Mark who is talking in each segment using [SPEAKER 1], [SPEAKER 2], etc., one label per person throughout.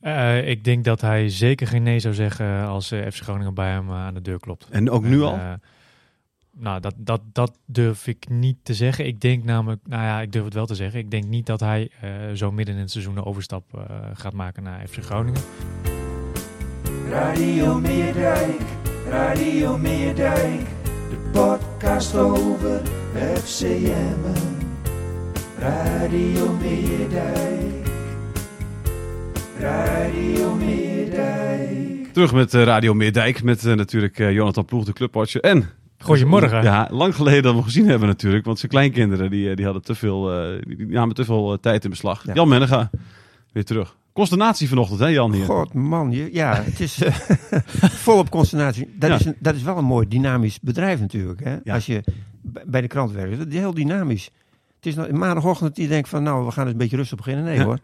[SPEAKER 1] Eh, ik denk dat hij zeker geen nee zou zeggen als eh, FC Groningen bij hem eh, aan de deur klopt.
[SPEAKER 2] En ook nu
[SPEAKER 1] En,
[SPEAKER 2] al?
[SPEAKER 1] eh, nou, dat, dat, dat durf ik niet te zeggen. Ik denk namelijk, nou ja, ik durf het wel te zeggen. Ik denk niet dat hij eh, zo midden in het seizoen een overstap eh, gaat maken naar FC Groningen.
[SPEAKER 3] Radio Meerdijk, Radio Meerdijk, de podcast over FCM. Radio Meerdijk, Radio Meerdijk.
[SPEAKER 2] Terug met eh, Radio Meerdijk, met eh, natuurlijk eh, Jonathan Ploeg, de clubwatcher. En...
[SPEAKER 1] Goedemorgen.
[SPEAKER 2] Ja, lang geleden dat we gezien hebben natuurlijk. Want zijn kleinkinderen die, eh, die hadden te veel, eh, die die namen te veel eh, tijd in beslag. Jan Mennega, weer terug. Consternatie vanochtend, hè Jan hier?
[SPEAKER 4] God, man. je- ja, het is eh, volop consternatie. Dat,
[SPEAKER 2] Ja.
[SPEAKER 4] is een, dat is wel een mooi dynamisch bedrijf natuurlijk. Hè?
[SPEAKER 2] Ja.
[SPEAKER 4] Als je b- bij de krant werkt. Dat is heel dynamisch. Het is nou, maandagochtend die denkt van... nou, we gaan eens een beetje rustig beginnen. Nee
[SPEAKER 2] Ja.
[SPEAKER 4] hoor.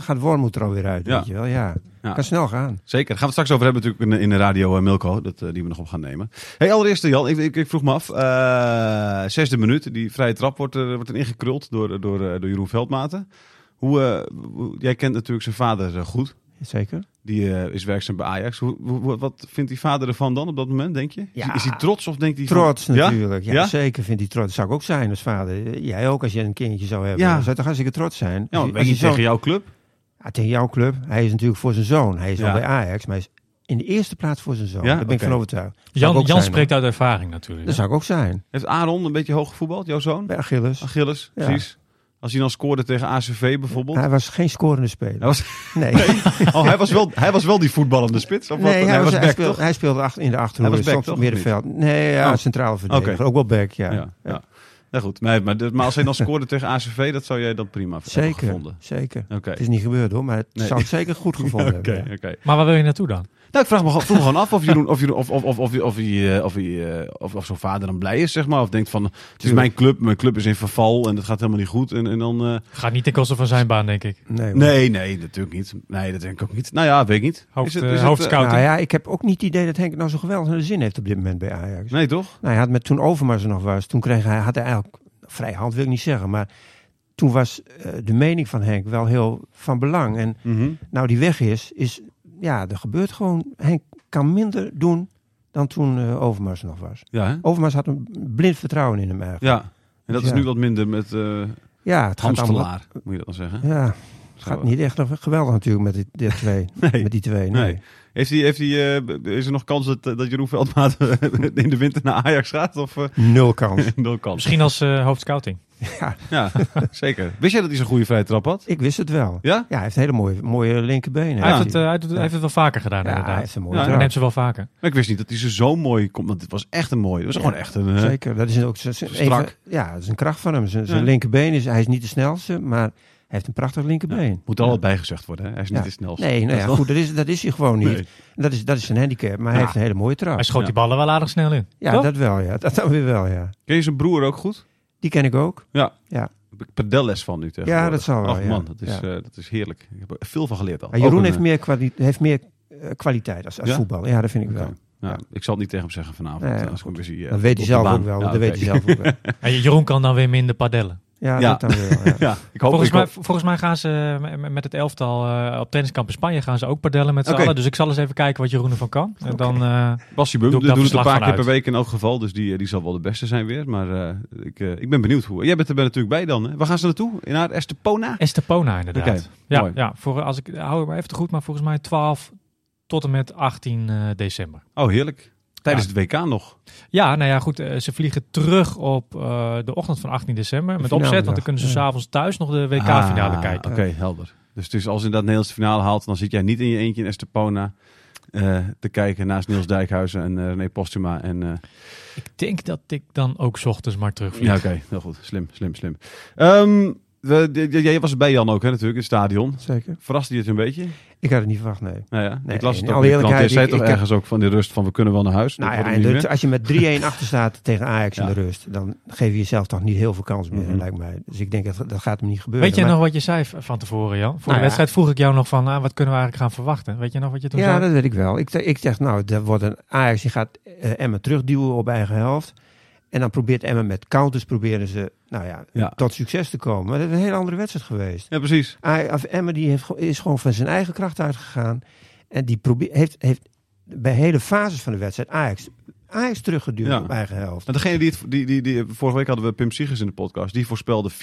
[SPEAKER 4] Gaat Wormoed er alweer uit,
[SPEAKER 2] Ja.
[SPEAKER 4] weet je wel. Ja.
[SPEAKER 2] Ja.
[SPEAKER 4] Kan snel gaan.
[SPEAKER 2] Zeker. Daar gaan we het straks over hebben natuurlijk in, in de radio eh, Milko, dat, eh, die we nog op gaan nemen. Hey, allereerst eh, Jan, ik, ik, ik vroeg me af, eh, zesde minuut, die vrije trap wordt, er wordt erin gekruld door, door, eh, door Jeroen Veldmaten. Hoe, eh, hoe- jij kent natuurlijk zijn vader eh, goed,
[SPEAKER 4] Zeker.
[SPEAKER 2] die eh, is werkzaam bij Ajax. Hoe, hoe- wat vindt die vader ervan dan op dat moment, denk je? Is,
[SPEAKER 4] Ja.
[SPEAKER 2] is hij trots of denkt hij... van-
[SPEAKER 4] Trots
[SPEAKER 2] Ja?
[SPEAKER 4] natuurlijk. Ja,
[SPEAKER 2] Ja?
[SPEAKER 4] Zeker vindt hij trots. Dat zou ik ook zijn als vader. Jij ook als je een kindje zou hebben.
[SPEAKER 2] Ja.
[SPEAKER 4] Dan zou je toch hartstikke trots zijn.
[SPEAKER 2] Ja,
[SPEAKER 4] Als
[SPEAKER 2] want
[SPEAKER 4] je-
[SPEAKER 2] ben je
[SPEAKER 4] als je zo'n-
[SPEAKER 2] tegen jouw club?
[SPEAKER 4] Ja, tegen jouw club. Hij is natuurlijk voor zijn zoon. Hij is
[SPEAKER 2] Ja.
[SPEAKER 4] al bij Ajax, maar hij is in de eerste plaats voor zijn zoon.
[SPEAKER 2] Ja?
[SPEAKER 4] Daar ben ik
[SPEAKER 2] Oké.
[SPEAKER 4] van overtuigd. Zou ik
[SPEAKER 1] Jan,
[SPEAKER 4] ook
[SPEAKER 1] Jan
[SPEAKER 4] zijn,
[SPEAKER 1] spreekt uit ervaring natuurlijk.
[SPEAKER 4] hoor. Dus- Dat zou ik ook zijn.
[SPEAKER 2] Heeft Aaron een beetje hoog gevoetbald, jouw zoon?
[SPEAKER 4] Bij Achilles.
[SPEAKER 2] Achilles,
[SPEAKER 4] Ja.
[SPEAKER 2] precies. Als hij dan scoorde tegen ACV bijvoorbeeld.
[SPEAKER 4] Hij was geen scorende
[SPEAKER 2] Hij
[SPEAKER 4] speler.
[SPEAKER 2] was,
[SPEAKER 4] Nee,
[SPEAKER 2] oh, hij, was wel, hij was wel die voetballende spits? Of wat?
[SPEAKER 4] nee hij, was, hij
[SPEAKER 2] back,
[SPEAKER 4] speelde,
[SPEAKER 2] toch?
[SPEAKER 4] hij speelde achter- in de achterhoek.
[SPEAKER 2] Hij was back,
[SPEAKER 4] soms
[SPEAKER 2] toch,
[SPEAKER 4] op
[SPEAKER 2] of niet?
[SPEAKER 4] middenveld. Nee, ja,
[SPEAKER 2] Oh.
[SPEAKER 4] centrale verdediger.
[SPEAKER 2] Oké.
[SPEAKER 4] Ook wel back, ja.
[SPEAKER 2] Ja, ja. Nou goed, nee, maar, dit- maar als hij dan scoorde tegen ACV, dat zou jij dan prima hebben
[SPEAKER 4] Zeker,
[SPEAKER 2] gevonden.
[SPEAKER 4] zeker.
[SPEAKER 2] Oké.
[SPEAKER 4] Het is niet gebeurd hoor, maar het
[SPEAKER 2] Nee.
[SPEAKER 4] zou ik zeker goed gevonden
[SPEAKER 2] Oké,
[SPEAKER 4] hebben. ja.
[SPEAKER 2] oké.
[SPEAKER 1] Maar waar wil je naartoe dan?
[SPEAKER 2] Nou, ik vraag me gewoon- vroeg me gewoon af of Jeroen, of, Jeroen, of, of, of, of, of, hij, eh, of, hij, eh, of, of zo'n vader dan blij is, zeg maar. Of denkt van, het is
[SPEAKER 4] Tuurlijk.
[SPEAKER 2] mijn club, mijn club is in verval en het gaat helemaal niet goed. En, en dan, eh,
[SPEAKER 1] Gaat niet ten koste van zijn baan, denk ik.
[SPEAKER 4] Nee, hoor.
[SPEAKER 2] nee, nee, natuurlijk niet. Nee, dat denk ik ook niet. Nou ja, weet ik niet.
[SPEAKER 1] Hoofd, eh,
[SPEAKER 2] eh,
[SPEAKER 1] hoofdscouting.
[SPEAKER 4] Nou ja, ik heb ook niet het idee dat Henk het nou zo geweldig naar de zin heeft op dit moment bij Ajax.
[SPEAKER 2] nee, toch?
[SPEAKER 4] Nou, hij had met toen Overmars er nog was, toen kreeg hij, had hij eigenlijk vrij hand, wil ik niet zeggen, maar toen was eh, de mening van Henk wel heel van belang. En
[SPEAKER 2] Mhm.
[SPEAKER 4] nou, die weg is, is ja, er gebeurt gewoon. Henk kan minder doen dan toen eh, Overmars er nog was.
[SPEAKER 2] Ja, hè?
[SPEAKER 4] Overmars had een blind vertrouwen in hem eigenlijk.
[SPEAKER 2] Ja. En dat is
[SPEAKER 4] Ja.
[SPEAKER 2] nu wat minder met eh
[SPEAKER 4] Ja, het gaat allemaal.
[SPEAKER 2] Hamstelaar, moet je dat dan zeggen.
[SPEAKER 4] Ja, het gaat niet echt geweldig natuurlijk met die, die twee.
[SPEAKER 2] Nee.
[SPEAKER 4] Met die twee. Nee.
[SPEAKER 2] Nee. Heeft hij, heeft hij, eh, b- is er nog kans dat, eh, dat Jeroen Veldmaat in de winter naar Ajax gaat? Of eh
[SPEAKER 4] Nul kans.
[SPEAKER 2] nul kans?
[SPEAKER 1] Misschien als eh hoofdscouting.
[SPEAKER 2] Ja, zeker. Wist jij dat hij zo'n goede vrije trap had?
[SPEAKER 4] Ik wist het wel.
[SPEAKER 2] Ja?
[SPEAKER 4] Ja, hij heeft hele mooie, mooie linkerbenen.
[SPEAKER 1] Hij,
[SPEAKER 2] Ja.
[SPEAKER 1] heeft het, eh, hij doet- hij heeft het wel vaker gedaan,
[SPEAKER 4] ja, hij
[SPEAKER 1] inderdaad.
[SPEAKER 4] heeft een mooie
[SPEAKER 2] Ja,
[SPEAKER 4] ja,
[SPEAKER 2] hij
[SPEAKER 1] Hij neemt ze wel vaker.
[SPEAKER 2] Maar ik wist niet dat hij ze zo mooi komt. Want het was echt een mooie. Het was
[SPEAKER 4] Ja,
[SPEAKER 2] gewoon echt een... eh,
[SPEAKER 4] Zeker, dat is ook zijn, zijn-
[SPEAKER 2] Strak.
[SPEAKER 4] een van- ja, dat is een kracht van hem. Zijn, zijn
[SPEAKER 2] Ja.
[SPEAKER 4] linkerbeen is, hij is niet de snelste, maar hij heeft een prachtig linkerbeen.
[SPEAKER 2] moet er al wat bijgezegd worden. Hè? Hij is niet
[SPEAKER 4] Ja.
[SPEAKER 2] de snelste.
[SPEAKER 4] Nee,
[SPEAKER 2] Dat
[SPEAKER 4] nou
[SPEAKER 2] is
[SPEAKER 4] ja,
[SPEAKER 2] wel-
[SPEAKER 4] goed, dat is, dat is hij gewoon niet.
[SPEAKER 2] Nee.
[SPEAKER 4] En Dat, is, dat is zijn handicap, maar hij
[SPEAKER 2] Ja.
[SPEAKER 4] heeft een hele mooie trap.
[SPEAKER 1] Hij schoot
[SPEAKER 2] Ja.
[SPEAKER 1] die ballen wel aardig snel in.
[SPEAKER 4] Ja,
[SPEAKER 1] toch?
[SPEAKER 4] dat wel, ja. Dat dan weer wel, ja.
[SPEAKER 2] Ken je zijn broer ook goed?
[SPEAKER 4] Die ken ik ook.
[SPEAKER 2] Heb ik padelles van nu tegenwoordig.
[SPEAKER 4] Ja, dat zal wel,
[SPEAKER 2] Ach
[SPEAKER 4] ja.
[SPEAKER 2] man, dat is,
[SPEAKER 4] Ja.
[SPEAKER 2] eh, dat is heerlijk. Ik heb er veel van geleerd al.
[SPEAKER 4] Maar Jeroen
[SPEAKER 2] Ook een,
[SPEAKER 4] heeft
[SPEAKER 2] eh,
[SPEAKER 4] meer, kwali- heeft meer eh, kwaliteit als, als
[SPEAKER 2] Ja?
[SPEAKER 4] voetbal. Ja, dat vind ik
[SPEAKER 2] oké.
[SPEAKER 4] wel.
[SPEAKER 2] Nou, Ik zal het niet tegen hem zeggen vanavond.
[SPEAKER 4] Nee,
[SPEAKER 2] eh,
[SPEAKER 4] ja,
[SPEAKER 2] als ik hem weer zie, eh,
[SPEAKER 4] Dat weet
[SPEAKER 2] op
[SPEAKER 4] hij
[SPEAKER 2] de
[SPEAKER 4] zelf
[SPEAKER 2] baan.
[SPEAKER 4] ook wel.
[SPEAKER 2] Ja,
[SPEAKER 4] dat weet
[SPEAKER 2] oké.
[SPEAKER 4] hij zelf ook wel.
[SPEAKER 1] En Jeroen kan dan weer minder padellen.
[SPEAKER 4] Ja,
[SPEAKER 2] Ja.
[SPEAKER 4] dat dan wel. Ja.
[SPEAKER 2] Ja, ik hoop
[SPEAKER 1] Volgens
[SPEAKER 2] ik hoop-
[SPEAKER 1] mij, volgens mij gaan ze eh, met- met het elftal eh, op tenniskamp in Spanje gaan ze ook padellen met z'n
[SPEAKER 2] Oké.
[SPEAKER 1] allen. Dus ik zal eens even kijken wat Jeroen ervan kan. En dan, eh,
[SPEAKER 2] Bassie Bum
[SPEAKER 1] Doe
[SPEAKER 2] doet
[SPEAKER 1] ik daar
[SPEAKER 2] het een
[SPEAKER 1] verslag
[SPEAKER 2] paar
[SPEAKER 1] van
[SPEAKER 2] keer per
[SPEAKER 1] uit.
[SPEAKER 2] week in elk geval. Dus die, eh, die zal wel de beste zijn weer. Maar eh, ik, eh, ik ben benieuwd hoe. Jij bent er natuurlijk bij dan. Hè? Waar gaan ze naartoe? In haar Estepona?
[SPEAKER 1] Estepona inderdaad.
[SPEAKER 2] Oké,
[SPEAKER 1] ja, eh,
[SPEAKER 2] mooi.
[SPEAKER 1] ja voor, als ik hou ik maar even te goed, maar volgens mij 12 tot en met 18 eh, december.
[SPEAKER 2] Oh, heerlijk. Tijdens
[SPEAKER 1] Ja.
[SPEAKER 2] het WK nog.
[SPEAKER 1] Ja, nou ja, goed. eh, ze vliegen terug op eh, de ochtend van 18 december. Met
[SPEAKER 4] finale
[SPEAKER 1] opzet, want
[SPEAKER 4] dag,
[SPEAKER 1] dan kunnen ze
[SPEAKER 4] ja.
[SPEAKER 1] s'avonds thuis nog de WK-finale
[SPEAKER 2] Ah,
[SPEAKER 1] kijken.
[SPEAKER 2] Oké, helder. Dus, dus als inderdaad Nederlands de finale haalt, dan zit jij niet in je eentje in Estepona eh, te kijken naast Niels Dijkhuizen en eh René Postuma. En, eh,
[SPEAKER 1] Ik denk dat ik dan ook 's ochtends maar terugvlieg.
[SPEAKER 2] ja, oké, heel goed. Slim, slim, slim. Ehm, we- d- d- jij was erbij Jan ook, hè, natuurlijk, in het stadion.
[SPEAKER 4] Zeker.
[SPEAKER 2] Verraste je het een beetje?
[SPEAKER 4] Ik had het niet verwacht, nee.
[SPEAKER 2] Nou ja,
[SPEAKER 4] Nee,
[SPEAKER 2] ik las
[SPEAKER 4] in
[SPEAKER 2] het ook
[SPEAKER 4] alle
[SPEAKER 2] in de krant. Jij
[SPEAKER 4] eerlijkheid,
[SPEAKER 2] zei
[SPEAKER 4] ik-
[SPEAKER 2] toch
[SPEAKER 4] ik heb-
[SPEAKER 2] ergens ook van die rust van we kunnen wel naar huis.
[SPEAKER 4] Nou
[SPEAKER 2] Dat
[SPEAKER 4] ja,
[SPEAKER 2] hoorde ik
[SPEAKER 4] en
[SPEAKER 2] niet
[SPEAKER 4] dat-
[SPEAKER 2] meer.
[SPEAKER 4] als je met 3-1 achter staat tegen Ajax in
[SPEAKER 2] Ja.
[SPEAKER 4] de rust, dan geef je jezelf toch niet heel veel kans meer,
[SPEAKER 2] Mhm.
[SPEAKER 4] lijkt mij. Dus ik denk dat dat gaat hem niet gebeuren.
[SPEAKER 1] Weet jij
[SPEAKER 4] Maar-
[SPEAKER 1] nog wat je zei v- van tevoren, Jan? Voor
[SPEAKER 4] Nou ja.
[SPEAKER 1] de wedstrijd vroeg ik jou nog van, ah, wat kunnen we eigenlijk gaan verwachten? Weet je nog wat je toen
[SPEAKER 4] Ja,
[SPEAKER 1] zei?
[SPEAKER 4] dat weet ik wel. Ik, d- ik dacht, nou, dat wordt een Ajax die gaat eh, Emmen terugduwen op eigen helft. En dan probeert Emmen met counters, proberen ze, nou ja,
[SPEAKER 2] Ja.
[SPEAKER 4] tot succes te komen. Maar dat is een hele andere wedstrijd geweest.
[SPEAKER 2] Ja, precies.
[SPEAKER 4] Aj- of Emmen die heeft, ge- is gewoon van zijn eigen kracht uitgegaan. En die probeert, heeft, heeft bij hele fases van de wedstrijd Ajax, Ajax teruggeduwd
[SPEAKER 2] Ja.
[SPEAKER 4] op eigen helft.
[SPEAKER 2] Nou, degene die, het, die, die, die, vorige week hadden we Pim Sigers in de podcast. Die voorspelde 4-3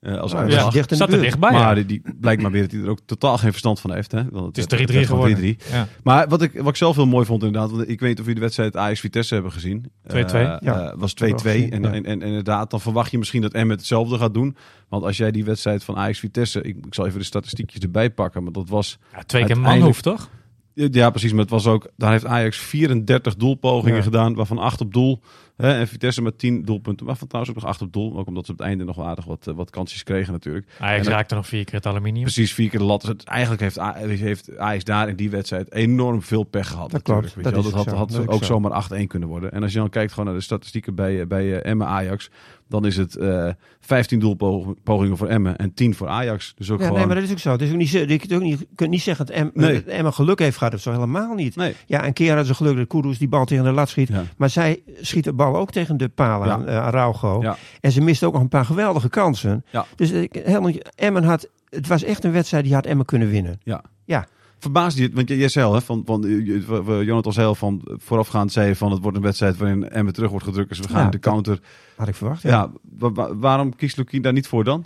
[SPEAKER 2] eh, als
[SPEAKER 4] Nou,
[SPEAKER 2] uitslag.
[SPEAKER 4] dat is dicht in de
[SPEAKER 1] zat er
[SPEAKER 4] buurt.
[SPEAKER 1] dichtbij. ja.
[SPEAKER 2] Maar die, die blijkt maar weer dat hij er ook totaal geen verstand van heeft. Hè? Want
[SPEAKER 1] Het is 3-3
[SPEAKER 2] werd gewoon
[SPEAKER 1] geworden. Ja.
[SPEAKER 2] Maar wat ik, wat ik zelf heel mooi vond inderdaad, want ik weet niet of jullie de wedstrijd Ajax-Vitesse hebben gezien.
[SPEAKER 1] 2-2.
[SPEAKER 2] Eh,
[SPEAKER 4] Ja.
[SPEAKER 2] eh, was 2-2.
[SPEAKER 4] Hebben we
[SPEAKER 2] en,
[SPEAKER 4] gezien, ja.
[SPEAKER 2] en, en inderdaad, dan verwacht je misschien dat Emmet hetzelfde gaat doen. Want als jij die wedstrijd van Ajax-Vitesse, ik, ik zal even de statistiekjes erbij pakken, maar dat was...
[SPEAKER 1] Ja, twee keer
[SPEAKER 2] Uiteindelijk-
[SPEAKER 1] man hoeft, toch?
[SPEAKER 2] Ja, precies, maar het was ook... Daar heeft Ajax 34 doelpogingen
[SPEAKER 4] Ja.
[SPEAKER 2] gedaan, waarvan 8 op doel. Hè, en Vitesse met 10 doelpunten, waarvan trouwens ook nog 8 op doel. Ook omdat ze op het einde nog wel aardig wat, eh, wat kansjes kregen natuurlijk. En
[SPEAKER 1] Ajax
[SPEAKER 2] dat-
[SPEAKER 1] Ah, raakte nog vier keer het aluminium.
[SPEAKER 2] Precies, vier keer de lat. Dus het- eigenlijk heeft, A- heeft Ajax daar in die wedstrijd enorm veel pech gehad.
[SPEAKER 4] Dat
[SPEAKER 2] natuurlijk,
[SPEAKER 4] klopt,
[SPEAKER 2] weet
[SPEAKER 4] dat
[SPEAKER 2] je wel.
[SPEAKER 4] is
[SPEAKER 2] dat
[SPEAKER 4] ook
[SPEAKER 2] had,
[SPEAKER 4] zo,
[SPEAKER 2] had
[SPEAKER 4] dat is
[SPEAKER 2] ook
[SPEAKER 4] ook zo.
[SPEAKER 2] zomaar 8-1 kunnen worden. En als je dan kijkt gewoon naar de statistieken bij, eh, bij eh, Emmen Ajax, dan is het eh 15 doelpogingen voor Emmen en 10 voor Ajax. Dus ook
[SPEAKER 4] Ja,
[SPEAKER 2] gewoon...
[SPEAKER 4] nee, maar dat is ook zo. Het is ook niet, zo- je kunt ook niet, je kunt niet zeggen dat Em-
[SPEAKER 2] Nee.
[SPEAKER 4] dat Emma geluk heeft gehad of zo. Helemaal niet.
[SPEAKER 2] Nee.
[SPEAKER 4] Ja, een keer hadden ze geluk dat Kudus die bal tegen de lat schiet.
[SPEAKER 2] Ja.
[SPEAKER 4] Maar zij schiet de bal ook tegen de paal aan,
[SPEAKER 2] Ja.
[SPEAKER 4] eh, Araujo.
[SPEAKER 2] Ja.
[SPEAKER 4] En ze miste ook nog een paar geweldige kansen.
[SPEAKER 2] Ja.
[SPEAKER 4] Dus eh, ik- helemaal, niet- Emmen had, het was echt een wedstrijd die had Emmen kunnen winnen.
[SPEAKER 2] Ja.
[SPEAKER 4] Ja.
[SPEAKER 2] Verbaasde je het? Want jij jij zei al, hè, van, van, eh, je- we- we- Jonathan zei al van eh, voorafgaand zei je van het wordt een wedstrijd waarin Emmen terug wordt gedrukt. Dus we gaan
[SPEAKER 4] Ja,
[SPEAKER 2] de
[SPEAKER 4] dat-
[SPEAKER 2] counter.
[SPEAKER 4] Had ik verwacht.
[SPEAKER 2] Ja, wa- wa- waarom kiest Lukien daar niet voor dan?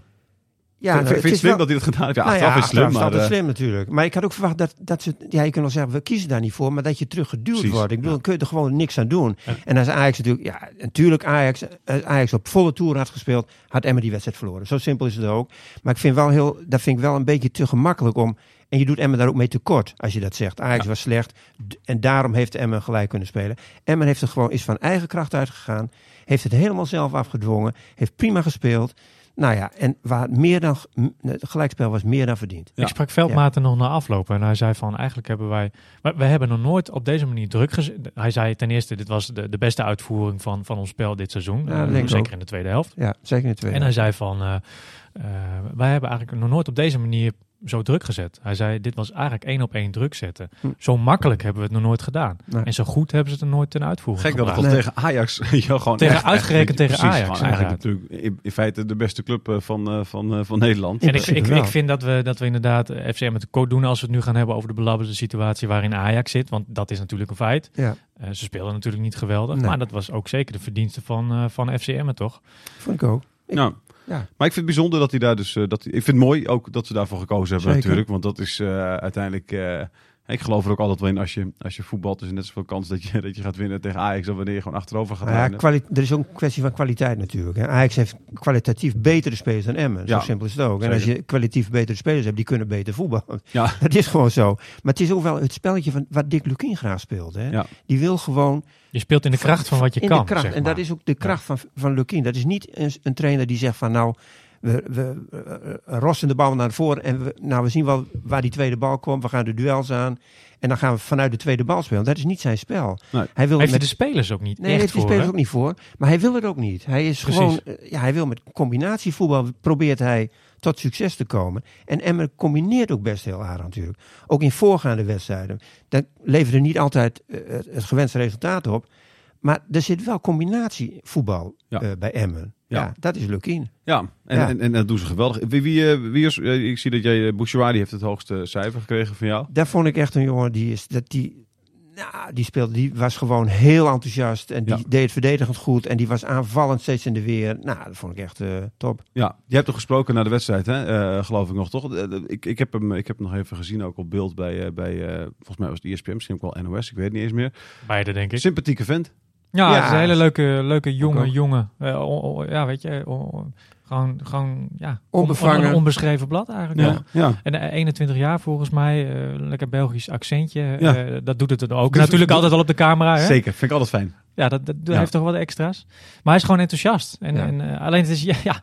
[SPEAKER 4] Ja,
[SPEAKER 2] Vind-
[SPEAKER 4] nou,
[SPEAKER 2] vind je het
[SPEAKER 4] is
[SPEAKER 2] slim
[SPEAKER 4] wel-
[SPEAKER 2] dat hij dat gedaan heeft? Ja,
[SPEAKER 4] Nou
[SPEAKER 2] achteraf is het slim,
[SPEAKER 4] achteraf
[SPEAKER 2] maar...
[SPEAKER 4] altijd
[SPEAKER 2] eh,
[SPEAKER 4] slim natuurlijk. Maar ik had ook verwacht dat, dat ze... Ja, je kunt wel zeggen, we kiezen daar niet voor, maar dat je teruggeduwd
[SPEAKER 2] Precies,
[SPEAKER 4] wordt. Ik bedoel,
[SPEAKER 2] ja.
[SPEAKER 4] dan kun je er gewoon niks aan doen.
[SPEAKER 1] Ja.
[SPEAKER 4] En als Ajax natuurlijk... Ja, natuurlijk Ajax, als Ajax op volle toer had gespeeld, had Emmen die wedstrijd verloren. Zo simpel is het ook. Maar ik vind wel heel... Dat vind ik wel een beetje te gemakkelijk om... En je doet Emmen daar ook mee tekort als je dat zegt. Ajax was slecht d- en daarom heeft Emmen gelijk kunnen spelen. Emmen heeft er gewoon, is van eigen kracht uitgegaan. Heeft het helemaal zelf afgedwongen. Heeft prima gespeeld. Nou ja, en waar meer dan, g- m- het gelijkspel was meer dan verdiend.
[SPEAKER 2] Ja.
[SPEAKER 1] Ik sprak Veldmaten nog na afloop en hij zei van eigenlijk hebben wij, maar we hebben nog nooit op deze manier druk gezet. Hij zei ten eerste dit was de, de beste uitvoering van, van ons spel dit seizoen,
[SPEAKER 4] Ja,
[SPEAKER 1] Eh,
[SPEAKER 4] dat denk ik
[SPEAKER 1] zeker
[SPEAKER 4] ook.
[SPEAKER 1] in de tweede helft.
[SPEAKER 4] Ja, zeker in de tweede.
[SPEAKER 1] En hij zei van eh, eh, wij hebben eigenlijk nog nooit op deze manier zo druk gezet. Hij zei dit was eigenlijk één op één druk zetten.
[SPEAKER 4] Hm.
[SPEAKER 1] Zo makkelijk hebben we het nog nooit gedaan
[SPEAKER 4] Nee.
[SPEAKER 1] en zo goed hebben ze het er nooit ten uitvoering
[SPEAKER 2] Gek dat het
[SPEAKER 1] gebracht.
[SPEAKER 2] al
[SPEAKER 4] Nee.
[SPEAKER 2] tegen Ajax. Ja, gewoon
[SPEAKER 1] Tegen-
[SPEAKER 2] echt-
[SPEAKER 1] uitgerekend
[SPEAKER 2] echt-
[SPEAKER 1] tegen
[SPEAKER 2] precies,
[SPEAKER 1] Ajax,
[SPEAKER 2] gewoon Eigenlijk natuurlijk in, in feite de beste club eh, van, eh, van, eh, van Nederland.
[SPEAKER 4] In
[SPEAKER 1] En ik,
[SPEAKER 4] principe
[SPEAKER 1] ik,
[SPEAKER 4] wel.
[SPEAKER 1] ik vind dat we, dat we inderdaad eh, FCM het tekort doen als we het nu gaan hebben over de belabberde situatie waarin Ajax zit. Want dat is natuurlijk een feit.
[SPEAKER 4] Ja,
[SPEAKER 1] Eh, ze speelden natuurlijk niet geweldig,
[SPEAKER 4] Nee.
[SPEAKER 1] maar dat was ook zeker de verdienste van, eh van FCM, toch?
[SPEAKER 4] vond ik ook. Ik-
[SPEAKER 2] Nou,
[SPEAKER 4] Ja.
[SPEAKER 2] Maar ik vind het bijzonder dat hij daar dus... eh, dat hij, ik vind het mooi ook dat ze daarvoor gekozen hebben
[SPEAKER 4] Zeker.
[SPEAKER 2] natuurlijk. Want dat is eh, uiteindelijk... eh, ik geloof er ook altijd wel in als je, als je voetbalt. Dus net zoveel kans dat je, dat je gaat winnen tegen Ajax... dan wanneer je gewoon achterover gaat
[SPEAKER 4] Nou ja,
[SPEAKER 2] leunen.
[SPEAKER 4] kwali- er is ook een kwestie van kwaliteit natuurlijk. hè. Ajax heeft kwalitatief betere spelers dan Emmen.
[SPEAKER 2] Ja,
[SPEAKER 4] Zo simpel is het ook. En
[SPEAKER 2] zeker.
[SPEAKER 4] als je kwalitatief betere spelers hebt, die kunnen beter voetballen.
[SPEAKER 2] Ja.
[SPEAKER 4] Dat is gewoon zo. Maar het is ook wel het spelletje van wat Dick Lukien graag speelt. Hè?
[SPEAKER 2] Ja.
[SPEAKER 4] Die wil gewoon
[SPEAKER 1] Je speelt in de kracht van wat je
[SPEAKER 4] in
[SPEAKER 1] kan.
[SPEAKER 4] de kracht.
[SPEAKER 1] zeg
[SPEAKER 4] En dat
[SPEAKER 1] maar.
[SPEAKER 4] is ook de kracht van, van Lukien. Dat is niet een, een trainer die zegt van nou, we, we eh, rossen de bal naar voren en we, nou, we zien wel waar die tweede bal komt. We gaan de duels aan en dan gaan we vanuit de tweede bal spelen. Dat is niet zijn spel.
[SPEAKER 2] Nee.
[SPEAKER 4] Hij wil
[SPEAKER 1] Heeft hij
[SPEAKER 4] met-
[SPEAKER 1] de spelers ook niet
[SPEAKER 4] Nee, daar
[SPEAKER 1] echt
[SPEAKER 4] heeft die
[SPEAKER 1] voor?
[SPEAKER 4] spelers
[SPEAKER 1] hè?
[SPEAKER 4] ook niet voor. Maar hij wil het ook niet. Hij is
[SPEAKER 1] Precies.
[SPEAKER 4] gewoon, eh, ja, hij wil met combinatievoetbal probeert hij tot succes te komen. En Emmer combineert ook best heel aardig natuurlijk. Ook in voorgaande wedstrijden. Dat leverde niet altijd eh, het, het gewenste resultaat op. Maar er zit wel combinatievoetbal
[SPEAKER 2] Ja.
[SPEAKER 4] eh, bij Emmer. Ja.
[SPEAKER 2] Ja.
[SPEAKER 4] dat is Lukien.
[SPEAKER 2] Ja, en,
[SPEAKER 4] Ja.
[SPEAKER 2] En, en dat doen ze geweldig. Wie, wie, eh, wie is, eh, ik zie dat jij... eh, Bouchouari heeft het hoogste cijfer gekregen van jou.
[SPEAKER 4] Daar vond ik echt een jongen die is dat die. Nou, die speelde, die was gewoon heel enthousiast. En die
[SPEAKER 2] Ja.
[SPEAKER 4] deed het verdedigend goed. En die was aanvallend steeds in de weer. Nou, dat vond ik echt eh, top.
[SPEAKER 2] Ja, je hebt toch gesproken na de wedstrijd, hè? Eh, geloof ik nog, toch? Eh, eh, Ik, ik, heb hem, ik heb hem nog even gezien, ook op beeld bij, eh, bij eh, volgens mij was het ESPN, misschien ook wel NOS, ik weet het niet eens meer.
[SPEAKER 1] Beide, denk ik.
[SPEAKER 2] Sympathieke vent.
[SPEAKER 1] Ja,
[SPEAKER 4] Ja.
[SPEAKER 1] het is een hele leuke, leuke jonge
[SPEAKER 4] ook.
[SPEAKER 1] jongen. Eh, o- o- ja, weet je, o- gewoon, gewoon ja, on-
[SPEAKER 4] Onbevangen.
[SPEAKER 1] Een onbeschreven blad eigenlijk. wel.
[SPEAKER 2] ja.
[SPEAKER 1] En eh, 21 jaar volgens mij, eh, lekker Belgisch accentje.
[SPEAKER 2] Ja.
[SPEAKER 1] Eh, dat doet het dan ook.
[SPEAKER 2] Dus-
[SPEAKER 1] Natuurlijk altijd wel op de camera. Hè?
[SPEAKER 2] zeker. Vind ik altijd fijn.
[SPEAKER 1] Ja, dat, dat
[SPEAKER 2] Ja.
[SPEAKER 1] heeft toch wat extra's. Maar hij is gewoon enthousiast. En,
[SPEAKER 4] Ja.
[SPEAKER 1] en, eh, alleen het is, ja, ja,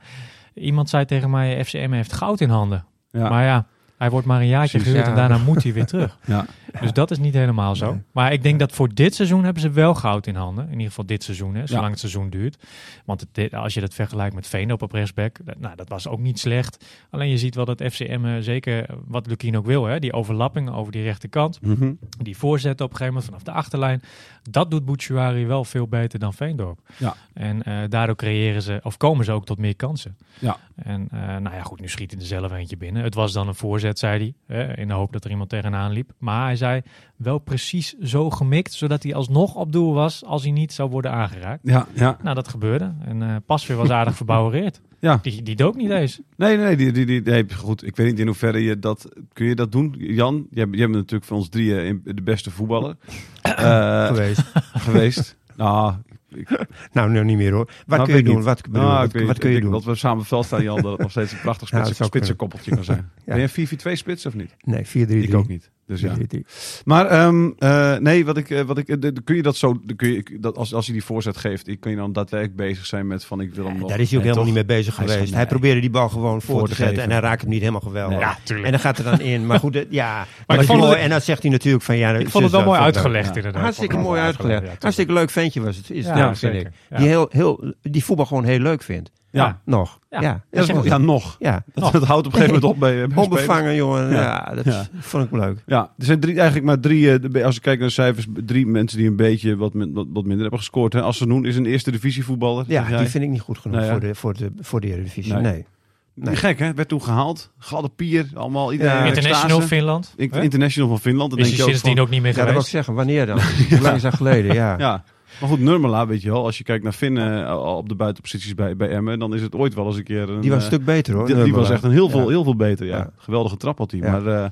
[SPEAKER 1] iemand zei tegen mij, FCM heeft goud in handen.
[SPEAKER 2] Ja.
[SPEAKER 1] Maar ja, hij wordt maar een jaartje
[SPEAKER 2] Precies,
[SPEAKER 1] gehuurd
[SPEAKER 4] ja.
[SPEAKER 1] en daarna moet hij weer terug.
[SPEAKER 2] Ja.
[SPEAKER 1] Dus dat is niet helemaal zo.
[SPEAKER 4] Nee.
[SPEAKER 1] Maar ik denk dat voor dit seizoen hebben ze wel goud in handen. In ieder geval dit seizoen, hè, zolang
[SPEAKER 2] Ja.
[SPEAKER 1] het seizoen duurt. Want het- dit- als je dat vergelijkt met Veenop op rechtsback, dat- nou, dat was ook niet slecht. Alleen je ziet wel dat FCM eh, zeker, eh, wat Lukien ook wil, hè, die overlappingen over die rechterkant.
[SPEAKER 2] Mhm.
[SPEAKER 1] Die voorzetten op een gegeven moment vanaf de achterlijn. Dat doet Bouchouari wel veel beter dan Veendorp.
[SPEAKER 2] Ja.
[SPEAKER 1] En eh, daardoor creëren ze, of komen ze ook tot meer kansen.
[SPEAKER 2] Ja.
[SPEAKER 1] En eh, nou ja, goed, nu schiet hij er zelf eentje binnen. Het was dan een voorzet, zei hij. Hè, in de hoop dat er iemand tegenaan liep. Maar hij zei wel precies zo gemikt. Zodat hij alsnog op doel was als hij niet zou worden aangeraakt.
[SPEAKER 2] ja, ja.
[SPEAKER 1] Nou, dat gebeurde. En eh Pasveer was aardig verbouwereerd.
[SPEAKER 2] Ja.
[SPEAKER 1] Die, die dook niet eens.
[SPEAKER 2] Nee, nee, die, die, die, nee, goed. Ik weet niet in hoeverre je dat... Kun je dat doen, Jan? Jij, bent- jij bent natuurlijk van ons drieën in- de beste voetballer eh,
[SPEAKER 4] Geweest.
[SPEAKER 2] geweest. Nou, ik,
[SPEAKER 4] nou, nou niet meer hoor. Wat
[SPEAKER 2] Nou,
[SPEAKER 4] kun je
[SPEAKER 2] weet ik
[SPEAKER 4] doen?
[SPEAKER 2] niet.
[SPEAKER 4] Wat, bedoel,
[SPEAKER 2] Nou,
[SPEAKER 4] wat,
[SPEAKER 2] ik weet-
[SPEAKER 4] wat kun
[SPEAKER 2] ik
[SPEAKER 4] je
[SPEAKER 2] denk
[SPEAKER 4] doen?
[SPEAKER 2] Dat we samen op het veld staan, Jan, dat het nog steeds een prachtig
[SPEAKER 4] Ja, dat
[SPEAKER 2] spitsen,
[SPEAKER 4] zou kunnen.
[SPEAKER 2] spitsenkoppeltje kan zijn.
[SPEAKER 4] Ja.
[SPEAKER 2] Ben je 4-4-2 spits of niet?
[SPEAKER 4] Nee, 4-3-3.
[SPEAKER 2] Ik ook niet. Dus ja.
[SPEAKER 4] 4-3-3.
[SPEAKER 2] Maar ehm, eh, nee, wat ik, eh, wat ik, eh, de- de- kun je dat zo, de- kun je, dat, als, als hij die voorzet geeft, ik- kun je dan daadwerkelijk bezig zijn met van ik wil hem nog.
[SPEAKER 4] Daar is hij ook
[SPEAKER 2] En
[SPEAKER 4] helemaal niet
[SPEAKER 2] toch-
[SPEAKER 4] mee bezig
[SPEAKER 2] Hij is
[SPEAKER 4] geweest.
[SPEAKER 2] van,
[SPEAKER 4] Hij
[SPEAKER 2] nee.
[SPEAKER 4] probeerde die bal gewoon voor,
[SPEAKER 2] Voor
[SPEAKER 4] te
[SPEAKER 2] te
[SPEAKER 4] zetten.
[SPEAKER 2] geven.
[SPEAKER 4] En hij raakt hem niet helemaal geweldig.
[SPEAKER 2] Nee. Ja,
[SPEAKER 4] en dan gaat er dan in. Maar goed, dat- ja. Maar
[SPEAKER 1] vond
[SPEAKER 4] mooi.
[SPEAKER 1] het-
[SPEAKER 4] en dan zegt hij natuurlijk van ja...
[SPEAKER 1] eh, Ik vond het wel mooi uitgelegd
[SPEAKER 2] ja.
[SPEAKER 1] inderdaad.
[SPEAKER 4] Hartstikke
[SPEAKER 1] Vond ik
[SPEAKER 4] mooi
[SPEAKER 1] wel
[SPEAKER 4] uitgelegd.
[SPEAKER 1] ja, tuurlijk.
[SPEAKER 4] Hartstikke leuk ventje was het. Is het
[SPEAKER 1] Ja,
[SPEAKER 4] nou, vind
[SPEAKER 1] zeker.
[SPEAKER 4] ik.
[SPEAKER 1] Ja.
[SPEAKER 4] Die, heel, heel, die voetbal gewoon heel leuk vindt.
[SPEAKER 2] Ja.
[SPEAKER 4] Nog.
[SPEAKER 1] Ja.
[SPEAKER 4] Ja.
[SPEAKER 2] Ja,
[SPEAKER 4] Dat is
[SPEAKER 2] dat-
[SPEAKER 4] mooi.
[SPEAKER 2] ja, nog.
[SPEAKER 4] Ja.
[SPEAKER 2] Dat, dat houdt op een gegeven moment op bij, eh, bij spelers.
[SPEAKER 4] Onbevangen, jongen.
[SPEAKER 2] Ja.
[SPEAKER 4] Ja, dat
[SPEAKER 2] Ja.
[SPEAKER 4] vond ik leuk.
[SPEAKER 2] Ja, er zijn drie, eigenlijk maar drie, eh, de- als ik kijk naar de cijfers, drie mensen die een beetje wat, min- wat, wat minder hebben gescoord. Hè. Assenoen is een eerste divisie voetballer.
[SPEAKER 4] Ja,
[SPEAKER 2] zeg jij.
[SPEAKER 4] die vind ik niet goed genoeg
[SPEAKER 2] Nou ja.
[SPEAKER 4] voor, de, voor, de, voor de Eredivisie.
[SPEAKER 2] Nee.
[SPEAKER 4] Nee.
[SPEAKER 2] Niet Gek hè, werd toen gehaald. Galde Pier, allemaal iedereen.
[SPEAKER 4] Ja.
[SPEAKER 2] in
[SPEAKER 1] International
[SPEAKER 2] extase.
[SPEAKER 1] Finland.
[SPEAKER 2] Ik-
[SPEAKER 1] Hè?
[SPEAKER 2] International van Finland. Dan
[SPEAKER 1] Is
[SPEAKER 2] denk
[SPEAKER 1] hij
[SPEAKER 2] je ook van,
[SPEAKER 1] sindsdien ook niet meer
[SPEAKER 4] Ja, dat wil ik
[SPEAKER 1] geweest?
[SPEAKER 4] zeggen. Wanneer dan? Hoe lang is dat geleden? Ja.
[SPEAKER 2] Ja. Maar goed, Nurmela, weet je wel. Als je kijkt naar Finn eh, al op de buitenposities bij, bij Emmen, dan is het ooit wel eens een keer een...
[SPEAKER 4] Die was een
[SPEAKER 2] eh,
[SPEAKER 4] stuk beter hoor.
[SPEAKER 2] die- die, was
[SPEAKER 4] Nurmela.
[SPEAKER 2] echt een heel veel,
[SPEAKER 4] Ja.
[SPEAKER 2] heel veel beter, ja.
[SPEAKER 4] Ja.
[SPEAKER 2] Geweldige trap had hij.
[SPEAKER 4] Ja.
[SPEAKER 2] Maar eh,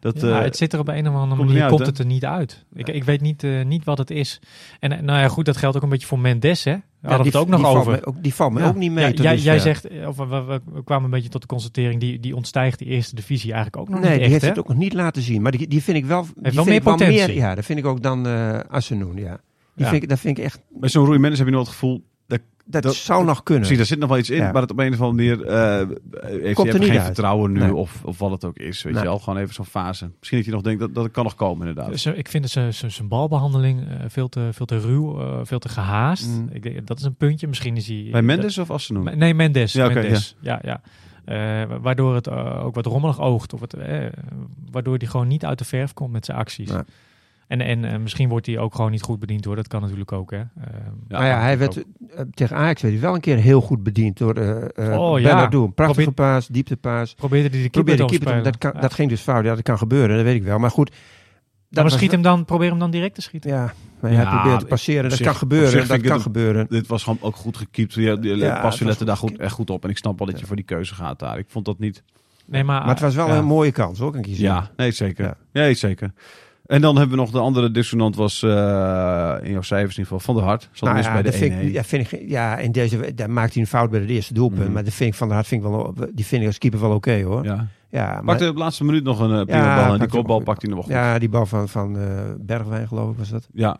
[SPEAKER 2] dat...
[SPEAKER 1] Ja,
[SPEAKER 2] eh,
[SPEAKER 1] het zit er op een of andere
[SPEAKER 2] komt er
[SPEAKER 1] manier,
[SPEAKER 2] niet uit,
[SPEAKER 1] komt
[SPEAKER 2] hè?
[SPEAKER 1] het er niet uit. Ik, ik weet niet, eh, niet wat het is. En eh, nou ja, goed, dat geldt ook een beetje voor Mendes, hè? Daar hadden we het ook nog
[SPEAKER 4] valt
[SPEAKER 1] over.
[SPEAKER 4] mij ook- die valt me
[SPEAKER 2] Ja.
[SPEAKER 4] ook niet mee.
[SPEAKER 1] Ja,
[SPEAKER 4] tot
[SPEAKER 1] jij, jij
[SPEAKER 4] dusver.
[SPEAKER 1] zegt, eh, of we, we- we kwamen een beetje tot de constatering, die, die ontstijgt de eerste divisie eigenlijk ook nog
[SPEAKER 4] Nee,
[SPEAKER 1] niet
[SPEAKER 4] die
[SPEAKER 1] echt,
[SPEAKER 4] heeft
[SPEAKER 1] hè?
[SPEAKER 4] het ook nog niet laten zien. Maar die, die vind ik wel. die
[SPEAKER 1] wel
[SPEAKER 4] vind
[SPEAKER 1] meer
[SPEAKER 4] ik
[SPEAKER 1] potentie.
[SPEAKER 4] ja, dat vind ik ook dan eh Assenoen. Ja. Die
[SPEAKER 1] Ja.
[SPEAKER 4] Vind ik, dat vind ik echt.
[SPEAKER 2] bij zo'n Roei Mendes heb je nog het gevoel... Dat,
[SPEAKER 4] Dat,
[SPEAKER 2] Dat-
[SPEAKER 4] zou nog kunnen.
[SPEAKER 2] Zie, daar zit nog wel iets in,
[SPEAKER 4] Ja.
[SPEAKER 2] maar het op een of andere manier eh heeft
[SPEAKER 4] er
[SPEAKER 2] hij even
[SPEAKER 4] niet
[SPEAKER 2] geen
[SPEAKER 4] uit.
[SPEAKER 2] vertrouwen nu
[SPEAKER 4] Nee.
[SPEAKER 2] of, of wat het ook is. Weet
[SPEAKER 4] Nee.
[SPEAKER 2] je wel, gewoon even zo'n fase. Misschien dat je nog denkt, dat, dat kan nog komen inderdaad.
[SPEAKER 4] Dus-
[SPEAKER 1] Zo- Ik vind zijn- zijn zijn balbehandeling eh, veel, te, veel te ruw, eh, veel te gehaast.
[SPEAKER 4] Mm.
[SPEAKER 1] Ik denk, dat is een puntje. Misschien is hij...
[SPEAKER 2] bij Mendes of Assenoen?
[SPEAKER 1] Me- Nee, Mendes.
[SPEAKER 2] Ja, oké,
[SPEAKER 1] Mendes. Ja, ja. Eh, wa- waardoor het eh, ook wat rommelig oogt. Of het, eh, waardoor hij gewoon niet uit de verf komt met zijn acties.
[SPEAKER 4] Nee.
[SPEAKER 1] En, en eh, misschien wordt hij ook gewoon niet goed bediend hoor. Dat kan natuurlijk ook. Hè. Ehm,
[SPEAKER 4] nou ja, hij werd
[SPEAKER 1] ook.
[SPEAKER 4] eh, tegen Ajax werd hij wel een keer heel goed bediend door eh eh,
[SPEAKER 1] Oh, ja.
[SPEAKER 4] Bernardo. Een Prachtige
[SPEAKER 1] Probeer-
[SPEAKER 4] paas, dieptepaas.
[SPEAKER 1] Probeerde hij de keeper
[SPEAKER 4] Probeer
[SPEAKER 1] te
[SPEAKER 4] de keeper. te-
[SPEAKER 1] omspelen.
[SPEAKER 4] Dat, kan,
[SPEAKER 1] Ja.
[SPEAKER 4] dat ging dus fout. Ja, dat kan gebeuren, dat weet ik wel. Maar goed.
[SPEAKER 1] Ja, maar
[SPEAKER 4] was-
[SPEAKER 1] schiet hem dan, probeer hem dan direct te schieten.
[SPEAKER 4] Ja, maar
[SPEAKER 2] Ja,
[SPEAKER 4] hij probeert te
[SPEAKER 2] op
[SPEAKER 4] passeren. Dat
[SPEAKER 2] zich-
[SPEAKER 4] kan
[SPEAKER 2] op zich
[SPEAKER 4] gebeuren.
[SPEAKER 2] vind
[SPEAKER 4] Dat
[SPEAKER 2] ik het
[SPEAKER 4] kan
[SPEAKER 2] een-
[SPEAKER 4] gebeuren.
[SPEAKER 2] Dit was gewoon ook goed gekiept. Ja, die-
[SPEAKER 4] Ja,
[SPEAKER 2] pas
[SPEAKER 4] het was
[SPEAKER 2] lette daar
[SPEAKER 4] goed
[SPEAKER 2] goed, echt goed op. En ik snap wel dat je voor die keuze gaat daar. Ik vond dat niet...
[SPEAKER 1] Nee, maar,
[SPEAKER 4] Maar het was wel
[SPEAKER 1] ja.
[SPEAKER 4] een mooie kans, hoor, kan ik je zeggen.
[SPEAKER 2] Ja, nee, zeker.
[SPEAKER 4] Ja.
[SPEAKER 2] Nee, zeker. En dan hebben we nog de andere dissonant was eh, in jouw cijfers in ieder geval van de hart. Zat mis bij
[SPEAKER 4] Nou dat
[SPEAKER 2] de
[SPEAKER 4] vind
[SPEAKER 2] 1-1.
[SPEAKER 4] ik, dat vind ik, ja, in deze, daar maakt hij een fout bij het eerste doelpunt.
[SPEAKER 2] Mhm.
[SPEAKER 4] Maar dat vind ik van de hart vind ik wel, die vind ik als keeper wel oké hoor. Ja,
[SPEAKER 2] ja.
[SPEAKER 4] maar,
[SPEAKER 2] Pakte op de laatste minuut nog een eh, prima
[SPEAKER 4] Ja,
[SPEAKER 2] bal. En die
[SPEAKER 4] pakte
[SPEAKER 2] kopbal
[SPEAKER 4] ook-
[SPEAKER 2] pakt hij nog wel goed. Ja.
[SPEAKER 4] ja die bal van, van eh, Bergwijn geloof ik was dat.
[SPEAKER 2] Ja.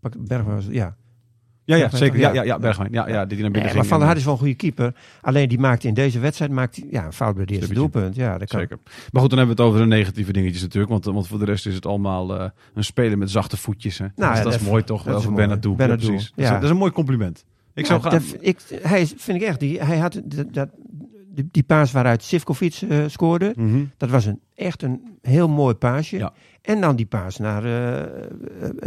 [SPEAKER 4] Pak- Bergwijn was ja.
[SPEAKER 2] Ja,
[SPEAKER 4] Bergwijn,
[SPEAKER 2] zeker. Ja,
[SPEAKER 4] ja.
[SPEAKER 2] ja, ja, Bergwijn. Ja, ja, die die naar binnen
[SPEAKER 4] Nee,
[SPEAKER 2] ging.
[SPEAKER 4] maar Van der
[SPEAKER 2] en-
[SPEAKER 4] Hart is wel een goede keeper. Alleen die maakt in deze wedstrijd maakt hij, ja, een fout bij het eerste
[SPEAKER 2] Stippertje.
[SPEAKER 4] doelpunt. Ja, dat kan.
[SPEAKER 2] Zeker. Maar goed, dan hebben we het over de negatieve dingetjes natuurlijk. Want, eh, want voor de rest is het allemaal eh, een speler met zachte voetjes. Hè. Dus
[SPEAKER 4] Nou ja,
[SPEAKER 2] dat is
[SPEAKER 4] dat-
[SPEAKER 2] mooi toch?
[SPEAKER 4] dat is
[SPEAKER 2] Over
[SPEAKER 4] mooi.
[SPEAKER 2] Bernardo. Ja,
[SPEAKER 4] Bernardo,
[SPEAKER 2] precies.
[SPEAKER 4] ja.
[SPEAKER 2] Dat, is, dat is een mooi compliment. Ik zou
[SPEAKER 4] Ja,
[SPEAKER 2] graag...
[SPEAKER 4] dat- ik, hij is- vind ik echt, die, hij had dat, dat- die, die paas waaruit Sivkovic eh, scoorde.
[SPEAKER 2] Mhm.
[SPEAKER 4] Dat was een, echt een heel mooi paasje.
[SPEAKER 2] Ja.
[SPEAKER 4] En dan die paas naar eh, eh,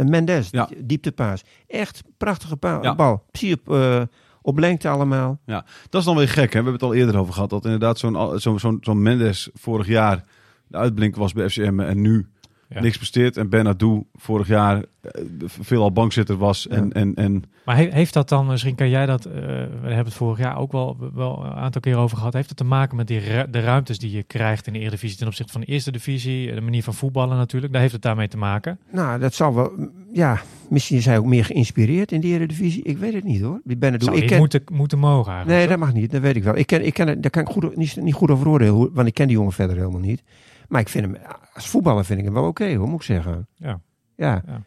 [SPEAKER 4] Mendes,
[SPEAKER 2] Ja.
[SPEAKER 4] die- dieptepaas. Echt prachtige pa-
[SPEAKER 2] Ja.
[SPEAKER 4] bal. Zie op, eh, op lengte allemaal.
[SPEAKER 2] Dat is dan weer gek, hè? We hebben het al eerder over gehad. Dat inderdaad zo'n zo, zo, zo'n Mendes vorig jaar de uitblink was bij FCM en nu
[SPEAKER 1] Ja.
[SPEAKER 2] niks presteert. En Benadou vorig jaar eh, veelal bankzitter was. En, en, en
[SPEAKER 1] Maar he- heeft dat dan, misschien kan jij dat, eh, we hebben het vorig jaar ook wel, wel een aantal keer over gehad. Heeft het te maken met die ru- de ruimtes die je krijgt in de Eredivisie ten opzichte van de Eerste Divisie? De manier van voetballen natuurlijk, daar heeft het daarmee te maken.
[SPEAKER 4] Nou, dat zal wel... Ja, misschien is hij ook meer geïnspireerd in de Eredivisie. Ik weet het niet hoor. Die Benadou,
[SPEAKER 1] Zou
[SPEAKER 4] ik
[SPEAKER 1] niet
[SPEAKER 4] ken-
[SPEAKER 1] moeten, moeten mogen eigenlijk.
[SPEAKER 4] Nee, dat mag niet. Dat weet ik wel. Ik ken, ik ken, het- daar kan ik goed, niet, niet goed over oordelen, hoe- want ik ken die jongen verder helemaal niet. Maar ik vind hem, als voetballer vind ik hem wel oké, hoor, moet ik zeggen.
[SPEAKER 1] Ja.
[SPEAKER 4] Ja.
[SPEAKER 1] Ja.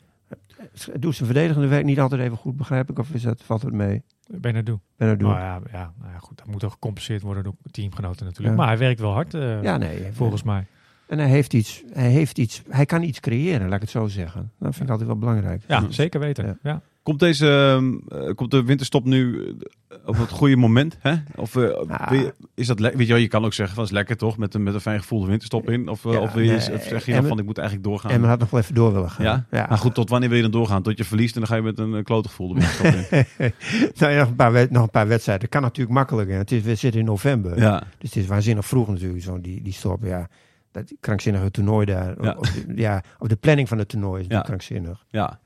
[SPEAKER 4] Het Doet zijn verdedigende werk niet altijd even goed, begrijp ik? Of is dat, valt het mee?
[SPEAKER 1] Ben er doen.
[SPEAKER 4] Ben dat doen.
[SPEAKER 1] Nou ja, ja, nou ja, goed, dat moet dan gecompenseerd worden door teamgenoten natuurlijk.
[SPEAKER 4] Ja.
[SPEAKER 1] Maar hij werkt wel hard, eh,
[SPEAKER 4] ja, nee.
[SPEAKER 1] volgens mij.
[SPEAKER 4] En hij heeft, iets, hij heeft iets, hij kan iets creëren, laat ik het zo zeggen. Dat vind ik altijd wel belangrijk.
[SPEAKER 1] Ja, zeker weten. Ja.
[SPEAKER 4] Ja.
[SPEAKER 2] komt, deze, ehm, eh, komt de winterstop nu eh, op het goede moment? Hè? Of eh,
[SPEAKER 4] Ah.
[SPEAKER 2] wil je- is dat le- weet je, wel, je kan ook zeggen, dat is lekker toch? Met een, met een fijn gevoel de winterstop in. Of, eh,
[SPEAKER 4] Ja,
[SPEAKER 2] of, wil je,
[SPEAKER 4] nee,
[SPEAKER 2] of zeg je dan
[SPEAKER 4] en-
[SPEAKER 2] van, ik moet eigenlijk
[SPEAKER 1] Ah.
[SPEAKER 2] doorgaan?
[SPEAKER 4] En men had nog wel even door willen gaan.
[SPEAKER 2] ja? maar goed, tot wanneer wil je dan doorgaan? Tot je verliest en dan ga je met een eh, klote gevoel de winterstop in.
[SPEAKER 4] nou ja, nog een paar, wed- nog een paar wedstrijden. Dat kan natuurlijk makkelijker. Het is, we zitten in november.
[SPEAKER 2] Ja.
[SPEAKER 4] Dus het is waanzinnig vroeg natuurlijk, zo die, die stop. Ja, dat krankzinnige toernooi daar.
[SPEAKER 2] Ja.
[SPEAKER 4] Ja. Of, de- ja, of de planning van het toernooi is
[SPEAKER 2] Ja.
[SPEAKER 4] natuurlijk krankzinnig.
[SPEAKER 2] Ja.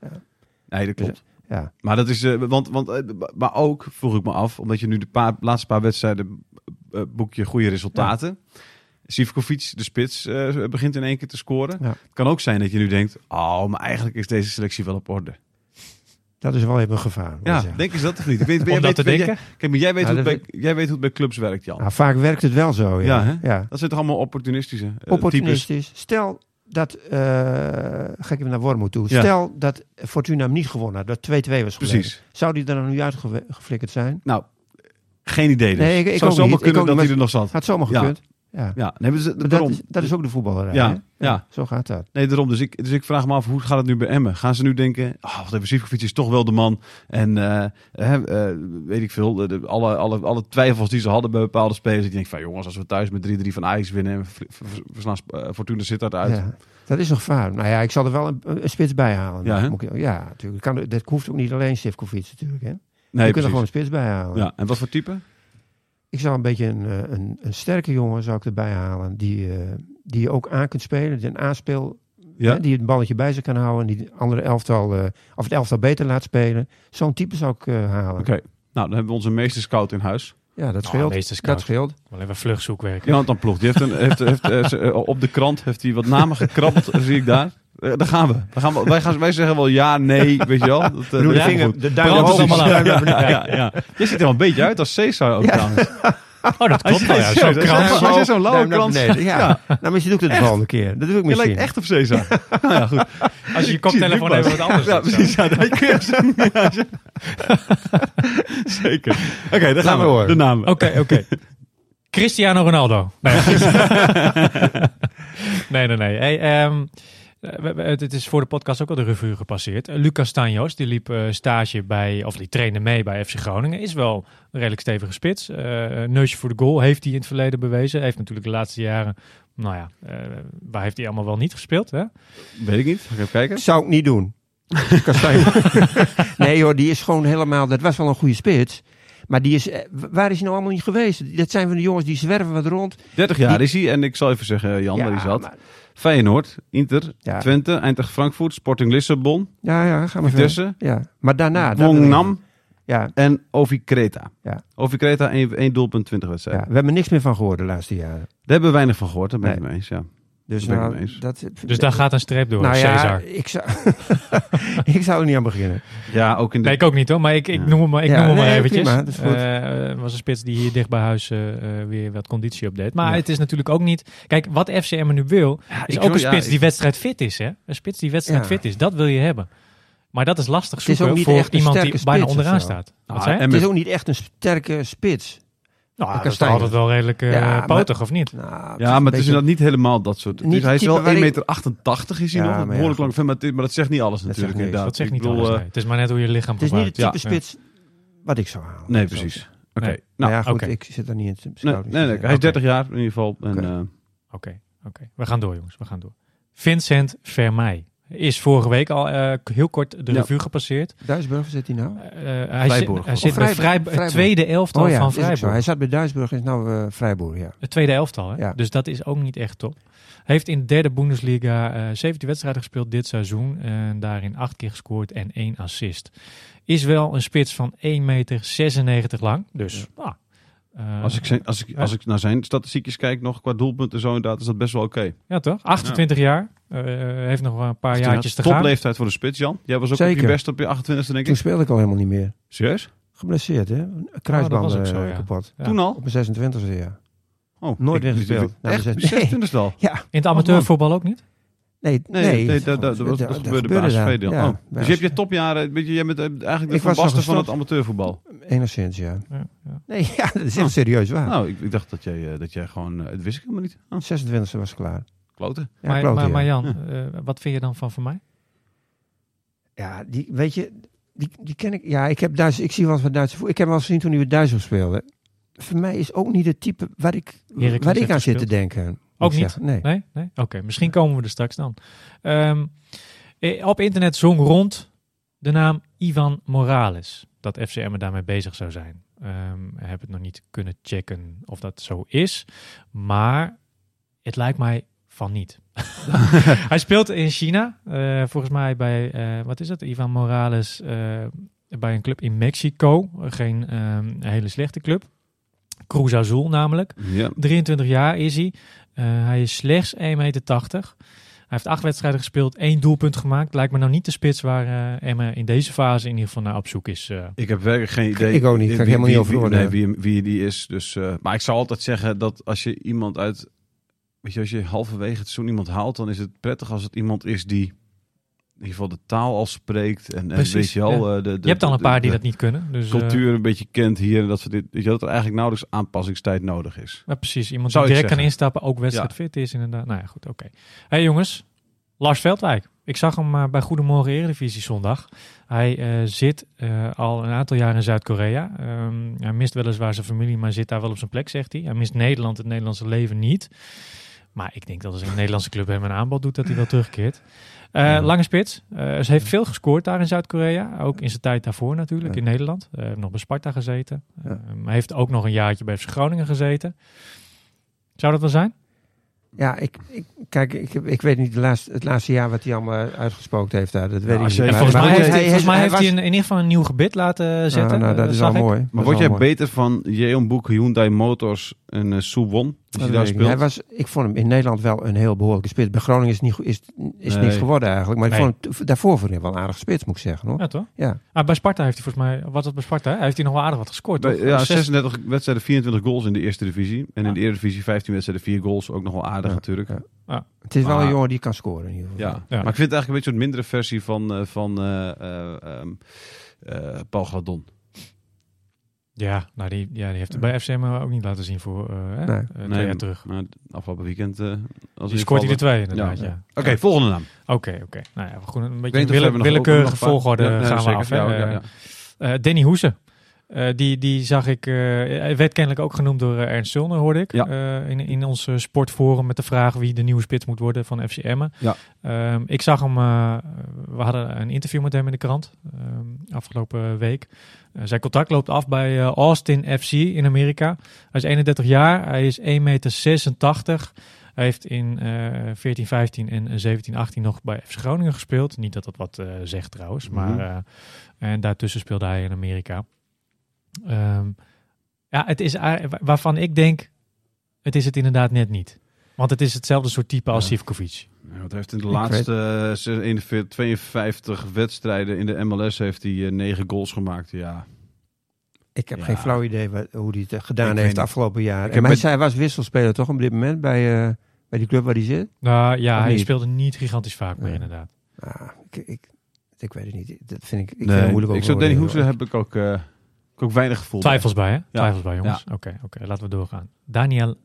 [SPEAKER 2] Nee, dat
[SPEAKER 4] Dus,
[SPEAKER 2] klopt.
[SPEAKER 4] ja.
[SPEAKER 2] Maar dat is, eh, want, want, eh, b- maar ook vroeg ik me af, omdat je nu de paar, laatste paar wedstrijden eh, boek je goede resultaten. Sivkovic, de spits, eh, begint in één keer te scoren.
[SPEAKER 4] Ja.
[SPEAKER 2] Het kan ook zijn dat je nu denkt, oh, maar eigenlijk is deze selectie wel op orde.
[SPEAKER 4] Dat is wel even een gevaar. moet
[SPEAKER 2] Ja,
[SPEAKER 4] ik zeggen.
[SPEAKER 2] denk eens dat of niet? Ik weet, jij
[SPEAKER 1] dat
[SPEAKER 2] weet,
[SPEAKER 1] te
[SPEAKER 2] weet jij-
[SPEAKER 1] denken?
[SPEAKER 2] kijk, maar jij weet,
[SPEAKER 4] Ja,
[SPEAKER 2] hoe het
[SPEAKER 4] dat
[SPEAKER 2] bij, jij weet hoe het bij clubs werkt, Jan.
[SPEAKER 4] Nou, vaak werkt het wel zo.
[SPEAKER 2] Ja,
[SPEAKER 4] Ja,
[SPEAKER 2] hè?
[SPEAKER 4] ja,
[SPEAKER 2] Dat zijn toch allemaal opportunistische eh, types?
[SPEAKER 4] Opportunistisch. Stel dat, eh, ga ik even naar Wormoed toe.
[SPEAKER 2] Ja.
[SPEAKER 4] Stel dat Fortuna hem niet gewonnen had, dat 2-2 was geworden.
[SPEAKER 2] Precies.
[SPEAKER 4] Zou die er dan nu uitgeflikkerd zijn?
[SPEAKER 2] Nou, geen idee dus.
[SPEAKER 4] Nee, ik- ik
[SPEAKER 2] Zou
[SPEAKER 4] ook
[SPEAKER 2] zomaar
[SPEAKER 4] niet. Ik
[SPEAKER 2] kunnen
[SPEAKER 4] ook
[SPEAKER 2] dat
[SPEAKER 4] niet,
[SPEAKER 2] hij er nog zat.
[SPEAKER 4] Had zomaar
[SPEAKER 2] Ja.
[SPEAKER 4] gekund. Ja.
[SPEAKER 2] Ja, nee, maar dat,
[SPEAKER 4] Maar Dat,
[SPEAKER 2] daarom.
[SPEAKER 4] is, dat is ook de voetballerij.
[SPEAKER 2] Ja,
[SPEAKER 4] hè?
[SPEAKER 2] ja.
[SPEAKER 4] Zo gaat dat.
[SPEAKER 2] Nee, daarom. Dus ik, dus ik vraag me af, hoe gaat het nu bij Emmen? Gaan ze nu denken, oh, wat hebben Sivkovic is toch wel de man. En eh, hè, eh, weet ik veel, de, de- alle, alle, alle twijfels die ze hadden bij bepaalde spelers. Ik denk van, jongens, als we thuis met 3-3 van Ajax winnen en ver- ver- verslaan Sp- eh, Fortuna Sittard uit.
[SPEAKER 4] Ja, dat is een gevaar. Nou ja, ik zal er wel een, een spits bij halen.
[SPEAKER 2] Ja, hè?
[SPEAKER 4] Moet ik- ja natuurlijk. Kan, dat hoeft ook niet alleen Sivkovic natuurlijk. Hè?
[SPEAKER 2] nee,
[SPEAKER 4] je kunt er
[SPEAKER 2] precies.
[SPEAKER 4] gewoon een spits bij halen.
[SPEAKER 2] Ja, en wat voor type?
[SPEAKER 4] Ik zou een beetje een, eh, een, een sterke jongen zou ik erbij halen. Die, eh, die je ook aan kunt spelen. Die een aanspeel.
[SPEAKER 2] Ja,
[SPEAKER 4] hè, die het balletje bij zich kan houden. En die de andere elftal, eh, of het elftal beter laat spelen. Zo'n type zou ik eh, halen.
[SPEAKER 2] oké. Nou, dan hebben we onze meester scout in huis.
[SPEAKER 4] Ja, dat
[SPEAKER 1] Nou,
[SPEAKER 4] scheelt.
[SPEAKER 1] meester scout.
[SPEAKER 4] dat scheelt.
[SPEAKER 1] Wel even vluchtzoekwerk.
[SPEAKER 2] Jonathan Ploeg, die heeft, een, heeft, heeft, eh, ze- eh, op de krant heeft hij wat namen gekrabbeld, zie ik daar. Eh, daar gaan we. Daar gaan we wij, gaan, wij zeggen wel ja, nee, weet je wel. Dat, eh, dat
[SPEAKER 4] Doe
[SPEAKER 2] komt
[SPEAKER 4] de
[SPEAKER 2] goed.
[SPEAKER 4] vinger, de duim
[SPEAKER 1] Brand het
[SPEAKER 4] omhoog.
[SPEAKER 1] allemaal
[SPEAKER 4] de
[SPEAKER 1] uit.
[SPEAKER 4] duim naar
[SPEAKER 2] Ja, ja, ja. Je ziet er wel een beetje uit als Cesar ook trouwens.
[SPEAKER 1] Oh, dat klopt wel. Ja,
[SPEAKER 2] Hij
[SPEAKER 1] zo'n
[SPEAKER 2] zit- hij
[SPEAKER 1] krant.
[SPEAKER 2] zit- hij zit zo'n lauwe
[SPEAKER 4] duim naar
[SPEAKER 2] krans.
[SPEAKER 4] beneden. Ja.
[SPEAKER 2] Ja.
[SPEAKER 4] Nou, misschien doe ik dat de volgende keer. Dat doe ik
[SPEAKER 2] Je
[SPEAKER 4] misschien.
[SPEAKER 2] lijkt echt op Cesar. nou ja, goed.
[SPEAKER 1] Als je je
[SPEAKER 2] Ik zie het
[SPEAKER 1] koptelefoon
[SPEAKER 2] nu
[SPEAKER 1] even
[SPEAKER 2] pas.
[SPEAKER 1] wat anders
[SPEAKER 2] Ja,
[SPEAKER 1] doet, zo.
[SPEAKER 2] precies. Ja, dat kun je zeggen. Ja, als je- Zeker. Oké, daar gaan we.
[SPEAKER 4] maar horen.
[SPEAKER 2] De namen.
[SPEAKER 1] Oké, oké. Cristiano Ronaldo. Nee, nee, nee. nee. Hey, ehm, eh, we- we- het, het is voor de podcast ook al de revue gepasseerd. Eh, Lucas Tanjos, die liep eh, stage bij, of die trainde mee bij FC Groningen. Is wel een redelijk stevige spits. Eh, neusje voor de goal heeft hij in het verleden bewezen. Heeft natuurlijk de laatste jaren, nou ja, eh, waar heeft hij allemaal wel niet gespeeld? Hè?
[SPEAKER 2] Weet ik niet. Ga ik even kijken.
[SPEAKER 4] Zou ik niet doen. Kastanje. nee joh, die is gewoon helemaal... Dat was wel een goede spits. Maar die is... eh, w- Waar is hij nou allemaal niet geweest? Dat zijn van de jongens die zwerven wat rond.
[SPEAKER 2] 30 jaar is hij. En ik zal even zeggen, eh, Jan, waar hij zat.
[SPEAKER 4] maar-
[SPEAKER 2] Feyenoord, Inter,
[SPEAKER 4] Ja.
[SPEAKER 2] Twente, Eindhoven, Frankfurt, Sporting Lissabon,
[SPEAKER 4] ja, ja, ga maar verder.
[SPEAKER 2] Vitesse,
[SPEAKER 4] Ja, maar daarna... daar wil ik-
[SPEAKER 2] Wongnam
[SPEAKER 4] Ja,
[SPEAKER 2] en Ovi Kreta.
[SPEAKER 4] Ja.
[SPEAKER 2] Ovi Kreta, 1 doelpunt 20
[SPEAKER 4] ja,
[SPEAKER 2] wedstrijden.
[SPEAKER 4] we hebben niks meer van gehoord de laatste jaren.
[SPEAKER 2] Daar hebben we weinig van gehoord, daar ben ik
[SPEAKER 4] Nee.
[SPEAKER 2] mee eens. Ja.
[SPEAKER 4] Dus,
[SPEAKER 2] Ben ik
[SPEAKER 4] nou,
[SPEAKER 2] het mee eens.
[SPEAKER 4] dat,
[SPEAKER 1] Dus daar gaat een streep door,
[SPEAKER 4] Nou ja,
[SPEAKER 1] Cesar.
[SPEAKER 4] ik zou, ik zou er niet aan beginnen.
[SPEAKER 2] ja, ook in de
[SPEAKER 1] Nee, ik ook niet hoor, maar ik, ik
[SPEAKER 2] Ja.
[SPEAKER 1] noem hem, maar- ik
[SPEAKER 4] Ja,
[SPEAKER 1] noem hem maar
[SPEAKER 4] nee,
[SPEAKER 1] eventjes.
[SPEAKER 4] prima, dat is goed.
[SPEAKER 1] Eh, eh, was een spits die hier dicht bij huis eh, eh, weer wat conditie opdeed. Maar
[SPEAKER 4] Ja.
[SPEAKER 1] het is natuurlijk ook niet... Kijk, wat FCM nu wil, is
[SPEAKER 2] ik
[SPEAKER 1] ook
[SPEAKER 2] wil-
[SPEAKER 1] een
[SPEAKER 2] ja,
[SPEAKER 1] spits
[SPEAKER 2] ik-
[SPEAKER 1] die wedstrijd fit is. Hè? Een spits die wedstrijd
[SPEAKER 4] Ja.
[SPEAKER 1] fit is, dat wil je hebben. Maar dat is lastig
[SPEAKER 4] Het is ook
[SPEAKER 1] zoeken
[SPEAKER 4] niet
[SPEAKER 1] voor
[SPEAKER 4] echt een
[SPEAKER 1] iemand die
[SPEAKER 4] sterke
[SPEAKER 1] bijna
[SPEAKER 4] spits of
[SPEAKER 1] onderaan
[SPEAKER 4] zo. Nou,
[SPEAKER 1] staat. Wat
[SPEAKER 2] Ah,
[SPEAKER 1] zei je?
[SPEAKER 2] en
[SPEAKER 4] Het
[SPEAKER 2] met-
[SPEAKER 4] is ook niet echt een sterke spits.
[SPEAKER 1] Nou, dat is toch
[SPEAKER 4] Kastanje.
[SPEAKER 1] altijd wel redelijk eh,
[SPEAKER 4] Ja, maar-
[SPEAKER 1] potig, of niet?
[SPEAKER 4] Nou,
[SPEAKER 2] Ja, maar het is
[SPEAKER 4] beetje-
[SPEAKER 2] inderdaad niet helemaal dat soort.
[SPEAKER 4] Niet
[SPEAKER 2] dus hij is
[SPEAKER 4] type
[SPEAKER 2] wel 1,88
[SPEAKER 4] waarin-
[SPEAKER 2] meter is hij
[SPEAKER 4] Ja,
[SPEAKER 2] nog.
[SPEAKER 4] maar
[SPEAKER 2] Een
[SPEAKER 4] ja,
[SPEAKER 2] behoorlijk
[SPEAKER 4] goed.
[SPEAKER 2] lang vent, maar, dit- maar dat zegt niet alles
[SPEAKER 4] Dat
[SPEAKER 2] natuurlijk
[SPEAKER 4] zegt niks.
[SPEAKER 2] inderdaad.
[SPEAKER 1] dat zegt
[SPEAKER 2] Ik
[SPEAKER 1] niet
[SPEAKER 2] bedoel,
[SPEAKER 1] alles,
[SPEAKER 2] eh,
[SPEAKER 1] nee. Het is maar net hoe je lichaam
[SPEAKER 4] Het is niet
[SPEAKER 1] gebruikt.
[SPEAKER 4] het type
[SPEAKER 1] Ja.
[SPEAKER 4] spits wat ik zou halen.
[SPEAKER 2] eh, Nee, precies. Oké.
[SPEAKER 1] Nee.
[SPEAKER 2] Nou,
[SPEAKER 4] maar ja, goed,
[SPEAKER 1] oké.
[SPEAKER 4] ik zit daar niet in het
[SPEAKER 2] nee, nee, nee, hij is 30 jaar in ieder geval. En,
[SPEAKER 4] Oké.
[SPEAKER 2] eh,
[SPEAKER 1] Oké, oké. We gaan door, jongens. We gaan door. Vincent Vermeij is vorige week al eh, heel kort de
[SPEAKER 2] Ja.
[SPEAKER 1] revue gepasseerd.
[SPEAKER 4] Duisburg zit hij nou?
[SPEAKER 1] Eh, hij
[SPEAKER 2] Vrijborg.
[SPEAKER 1] zit, hij
[SPEAKER 2] Of
[SPEAKER 1] zit bij
[SPEAKER 4] Vrijborg.
[SPEAKER 1] Vrijb- het
[SPEAKER 4] Vrijborg.
[SPEAKER 1] tweede elftal
[SPEAKER 4] Oh ja,
[SPEAKER 1] van
[SPEAKER 4] is ook zo.
[SPEAKER 1] Vrijburg.
[SPEAKER 4] Hij zat bij Duisburg, is nou eh Vrijboer, ja.
[SPEAKER 1] Het tweede elftal, hè?
[SPEAKER 4] Ja.
[SPEAKER 1] Dus dat is ook niet echt top. Heeft in de derde Bundesliga eh 17 wedstrijden gespeeld dit seizoen. En daarin acht keer gescoord en één assist. Is wel een spits van 1,96 meter lang. Dus ah, eh,
[SPEAKER 2] Als ik, zijn- als, ik, als ik naar zijn statistiekjes kijk, nog qua doelpunten en zo, inderdaad, is dat best wel oké.
[SPEAKER 1] ja, toch? 28 jaar. Eh, heeft nog wel een paar jaartjes te gaan.
[SPEAKER 2] Dus Topleeftijd voor de spits, Jan. Jij was ook op
[SPEAKER 4] Zeker.
[SPEAKER 2] je best op je 28e, denk
[SPEAKER 4] Toen
[SPEAKER 2] ik.
[SPEAKER 4] speelde ik al helemaal niet meer.
[SPEAKER 2] Serieus?
[SPEAKER 4] Geblesseerd, hè?
[SPEAKER 1] Oh, dat was
[SPEAKER 4] Kruisbanden
[SPEAKER 1] ook zo,
[SPEAKER 4] eh,
[SPEAKER 1] ja.
[SPEAKER 4] kapot.
[SPEAKER 1] Ja.
[SPEAKER 2] Toen al?
[SPEAKER 4] Op mijn e, 26e jaar.
[SPEAKER 2] Oh,
[SPEAKER 4] Nooit
[SPEAKER 2] ik-
[SPEAKER 4] weer gespeeld. Nou, Na
[SPEAKER 2] Echt?
[SPEAKER 4] mijn
[SPEAKER 2] 26 al?
[SPEAKER 4] Ja,
[SPEAKER 1] In het amateurvoetbal ook niet?
[SPEAKER 4] nee,
[SPEAKER 2] Nee,
[SPEAKER 4] nee.
[SPEAKER 2] nee, dat, dat, dat, was- dat
[SPEAKER 4] Dat
[SPEAKER 2] gebeurde bij
[SPEAKER 4] gebeurde
[SPEAKER 2] ASV
[SPEAKER 4] daar.
[SPEAKER 2] deel.
[SPEAKER 4] Ja,
[SPEAKER 2] Oh,
[SPEAKER 4] bij
[SPEAKER 2] Dus je hebt je
[SPEAKER 4] ASV.
[SPEAKER 2] topjaren, weet je, jij bent eh, eigenlijk
[SPEAKER 4] Ik
[SPEAKER 2] de Van
[SPEAKER 4] was nog
[SPEAKER 2] Basten van het
[SPEAKER 4] gestopt.
[SPEAKER 2] amateurvoetbal.
[SPEAKER 4] Enigszins, ja.
[SPEAKER 1] Ja, ja.
[SPEAKER 4] Nee, ja, dat is heel serieus waar.
[SPEAKER 2] Nou, ik, ik dacht dat jij, eh, dat jij gewoon, eh, dat wist ik helemaal niet. Oh,
[SPEAKER 4] 26e e was ik klaar.
[SPEAKER 2] kloten.
[SPEAKER 4] Ja,
[SPEAKER 1] maar,
[SPEAKER 4] klote,
[SPEAKER 1] maar,
[SPEAKER 4] ja.
[SPEAKER 1] maar Jan, eh, wat vind je dan van voor mij?
[SPEAKER 4] Ja, die, weet je, die, die ken ik. Ja, ik heb Duits, ik zie wel eens wat Duitse voetbal. Ik heb hem wel eens gezien toen hij bij Duitsland speelde. Voor mij is ook niet het type waar ik,
[SPEAKER 1] Heracles
[SPEAKER 4] waar ik
[SPEAKER 1] heeft
[SPEAKER 4] aan zit te
[SPEAKER 1] gespeeld.
[SPEAKER 4] denken. moet
[SPEAKER 1] Ook
[SPEAKER 4] ik
[SPEAKER 1] niet?
[SPEAKER 4] zeggen. Nee.
[SPEAKER 1] Nee? nee? Oké, misschien komen we er straks dan. Ehm, eh, op internet zong rond de naam Ivan Morales. Dat FCM er daarmee bezig zou zijn. Ehm heb het nog niet kunnen checken of dat zo is. Maar het lijkt mij van niet. Hij speelt in China. eh, volgens mij bij, eh, wat is het? Ivan Morales eh, bij een club in Mexico. Geen ehm, hele slechte club. Cruz Azul namelijk.
[SPEAKER 2] Ja.
[SPEAKER 1] 23 jaar is hij. Eh, hij is slechts 1,80 meter. Hij heeft acht wedstrijden gespeeld, één doelpunt gemaakt. Lijkt me nou niet de spits waar eh Emma in deze fase in ieder geval naar op zoek is. eh.
[SPEAKER 2] Ik heb werkelijk geen idee.
[SPEAKER 4] Ik ook niet, kan ik
[SPEAKER 2] wie-
[SPEAKER 4] helemaal niet
[SPEAKER 2] wie-
[SPEAKER 4] over
[SPEAKER 2] wie- Nee,
[SPEAKER 4] oordelen.
[SPEAKER 2] wie, wie die is. Dus, eh, maar ik zou altijd zeggen dat als je iemand uit... Weet je, als je halverwege het seizoen iemand haalt, dan is het prettig als het iemand is die in ieder geval de taal al spreekt. En, en
[SPEAKER 1] Precies,
[SPEAKER 2] weet je wel... eh, de, de,
[SPEAKER 1] je hebt al een
[SPEAKER 2] de-
[SPEAKER 1] paar die
[SPEAKER 2] de
[SPEAKER 1] dat niet kunnen. Dus, eh,
[SPEAKER 2] cultuur een beetje kent hier. En dat, soort dingen. weet je, dat er eigenlijk nauwelijks aanpassingstijd nodig is.
[SPEAKER 1] nou, precies, iemand
[SPEAKER 2] Zou
[SPEAKER 1] die
[SPEAKER 2] ik
[SPEAKER 1] direct kan
[SPEAKER 2] zeggen.
[SPEAKER 1] instappen, ook wedstrijdfit is inderdaad. Nou ja, goed, oké. hey, jongens, Lars Veldwijk. Ik zag hem eh, bij Goedemorgen Eredivisie zondag. Hij eh, zit eh, al een aantal jaar in Zuid-Korea. Ehm, hij mist weliswaar zijn familie, maar zit daar wel op zijn plek, zegt hij. Hij mist Nederland, het Nederlandse leven niet. Maar ik denk dat als een Nederlandse club hem een aanbod doet, dat hij wel terugkeert. Eh, Lange spits. Eh, ze heeft veel gescoord daar in Zuid-Korea. Ook in zijn tijd daarvoor natuurlijk,
[SPEAKER 4] Ja.
[SPEAKER 1] in Nederland. Eh, heeft nog bij Sparta gezeten.
[SPEAKER 4] Ja.
[SPEAKER 1] Ehm, hij heeft ook nog een jaartje bij FC Groningen gezeten. Zou dat wel zijn?
[SPEAKER 4] Ja, ik, ik, kijk, ik, heb- ik weet niet de laatste, het laatste jaar wat hij allemaal uitgespookt heeft daar. Dat weet ik
[SPEAKER 2] Nou, als
[SPEAKER 4] niet.
[SPEAKER 2] je-
[SPEAKER 4] Maar-
[SPEAKER 1] volgens mij
[SPEAKER 4] maar
[SPEAKER 1] heeft
[SPEAKER 4] hij-
[SPEAKER 1] hij, volgens mij
[SPEAKER 4] hij
[SPEAKER 1] heeft
[SPEAKER 4] was-
[SPEAKER 1] hij een, in ieder geval een nieuw gebit laten zetten.
[SPEAKER 4] Ah, nou, dat
[SPEAKER 1] Eh,
[SPEAKER 4] is
[SPEAKER 1] zag
[SPEAKER 4] al
[SPEAKER 1] ik.
[SPEAKER 4] mooi. Dat
[SPEAKER 2] Maar
[SPEAKER 4] is
[SPEAKER 2] word
[SPEAKER 4] al
[SPEAKER 2] jij
[SPEAKER 4] mooi.
[SPEAKER 2] beter van Jeon Boek, Hyundai Motors en eh Suwon? Als je
[SPEAKER 4] Dat
[SPEAKER 2] daar
[SPEAKER 4] weet ik niet.
[SPEAKER 2] speelt?
[SPEAKER 4] Hij was, ik vond hem in Nederland wel een heel behoorlijke spits. Bij Groningen is, niet, go- is, is
[SPEAKER 2] Nee.
[SPEAKER 4] niks geworden eigenlijk. Maar ik
[SPEAKER 1] Nee.
[SPEAKER 4] vond hem t- daarvoor vond ik hem wel een aardig spits, moet ik zeggen. Hoor.
[SPEAKER 1] Ja, toch?
[SPEAKER 4] Ja.
[SPEAKER 1] Ah, bij Sparta heeft hij volgens mij, wat dat bij Sparta, hè? heeft hij nog wel aardig wat gescoord.
[SPEAKER 2] Bij-
[SPEAKER 1] toch?
[SPEAKER 2] ja,
[SPEAKER 1] Zes-
[SPEAKER 2] 36 wedstrijden, 24 goals in de eerste divisie. En
[SPEAKER 1] Ja.
[SPEAKER 2] in de eerste divisie 15 wedstrijden, 4 goals. Ook nog wel aardig
[SPEAKER 4] Ja.
[SPEAKER 2] natuurlijk. Ja.
[SPEAKER 4] Ja. Het is wel
[SPEAKER 2] Maar-
[SPEAKER 4] een jongen die kan scoren in ieder geval.
[SPEAKER 2] Maar ik vind het eigenlijk een beetje een mindere versie van, eh, van eh, eh, ehm, eh, Paul Gladon.
[SPEAKER 1] Ja, nou die, ja, die heeft het bij FCM ook niet laten zien voor eh, hè,
[SPEAKER 4] Nee.
[SPEAKER 1] eh, twee
[SPEAKER 2] Nee,
[SPEAKER 1] jaar terug.
[SPEAKER 2] Maar afgelopen weekend... eh, als
[SPEAKER 1] Die scoort hij de twee inderdaad,
[SPEAKER 2] Ja.
[SPEAKER 1] ja.
[SPEAKER 2] Oké, volgende naam.
[SPEAKER 1] Oké, oké. Nou ja, we gaan een
[SPEAKER 2] Ik
[SPEAKER 1] beetje
[SPEAKER 2] weet
[SPEAKER 1] in
[SPEAKER 2] niet of we
[SPEAKER 1] wille-
[SPEAKER 2] hebben nog-
[SPEAKER 1] willekeurige
[SPEAKER 2] nog een paar-
[SPEAKER 1] volgorde
[SPEAKER 2] Ja, nee,
[SPEAKER 1] gaan we
[SPEAKER 2] zeker.
[SPEAKER 1] af. hè.
[SPEAKER 2] Ja, ja, ja.
[SPEAKER 1] Eh, eh, Danny Hoese. Eh, die, die zag ik, eh, hij werd kennelijk ook genoemd door eh, Ernst Zulner, hoorde ik.
[SPEAKER 2] Ja.
[SPEAKER 1] eh, in, in ons eh, sportforum met de vraag wie de nieuwe spits moet worden van FC Emmen.
[SPEAKER 2] Ja.
[SPEAKER 1] Ehm, ik zag hem, eh, we hadden een interview met hem in de krant ehm, afgelopen week. Eh, zijn contract loopt af bij eh, Austin FC in Amerika. Hij is 31 jaar, hij is 1,86 meter. Hij heeft in eh 14, 15 en 17, 18 nog bij FC Groningen gespeeld. Niet dat dat wat eh, zegt trouwens, maar
[SPEAKER 2] Mhm.
[SPEAKER 1] eh, en daartussen speelde hij in Amerika. Ehm, ja, het is aar- wa- waarvan ik denk, het is het inderdaad net niet. Want het is hetzelfde soort type als
[SPEAKER 2] Ja.
[SPEAKER 1] Sivkovic.
[SPEAKER 2] Ja, want hij heeft in de
[SPEAKER 4] Ik
[SPEAKER 2] laatste eh, 41, 52 wedstrijden in de MLS heeft hij eh, 9 goals gemaakt. Ja.
[SPEAKER 4] Ik heb
[SPEAKER 2] Ja.
[SPEAKER 4] geen flauw idee wat, hoe hij het eh,
[SPEAKER 2] Ik
[SPEAKER 4] gedaan
[SPEAKER 2] weet
[SPEAKER 4] heeft
[SPEAKER 2] niet.
[SPEAKER 4] afgelopen jaar.
[SPEAKER 2] Ik
[SPEAKER 4] En
[SPEAKER 2] heb
[SPEAKER 4] maar
[SPEAKER 2] met-
[SPEAKER 4] hij was wisselspeler toch op dit moment bij, eh, bij die club waar hij zit?
[SPEAKER 1] Nou ja,
[SPEAKER 4] Of
[SPEAKER 1] hij
[SPEAKER 4] niet?
[SPEAKER 1] speelde niet gigantisch vaak meer
[SPEAKER 4] Nee.
[SPEAKER 1] inderdaad.
[SPEAKER 4] Ah, ik, ik, ik weet het niet. Dat vind ik, ik
[SPEAKER 2] Nee,
[SPEAKER 4] vind het moeilijk
[SPEAKER 2] ik zou Danny Hoese
[SPEAKER 4] hebben.
[SPEAKER 2] heb ik ook, eh, ik ook weinig gevoel. bij.
[SPEAKER 1] Twijfels bij, hè? Twijfels bij, jongens. Oké, oké. laten we doorgaan. Daniel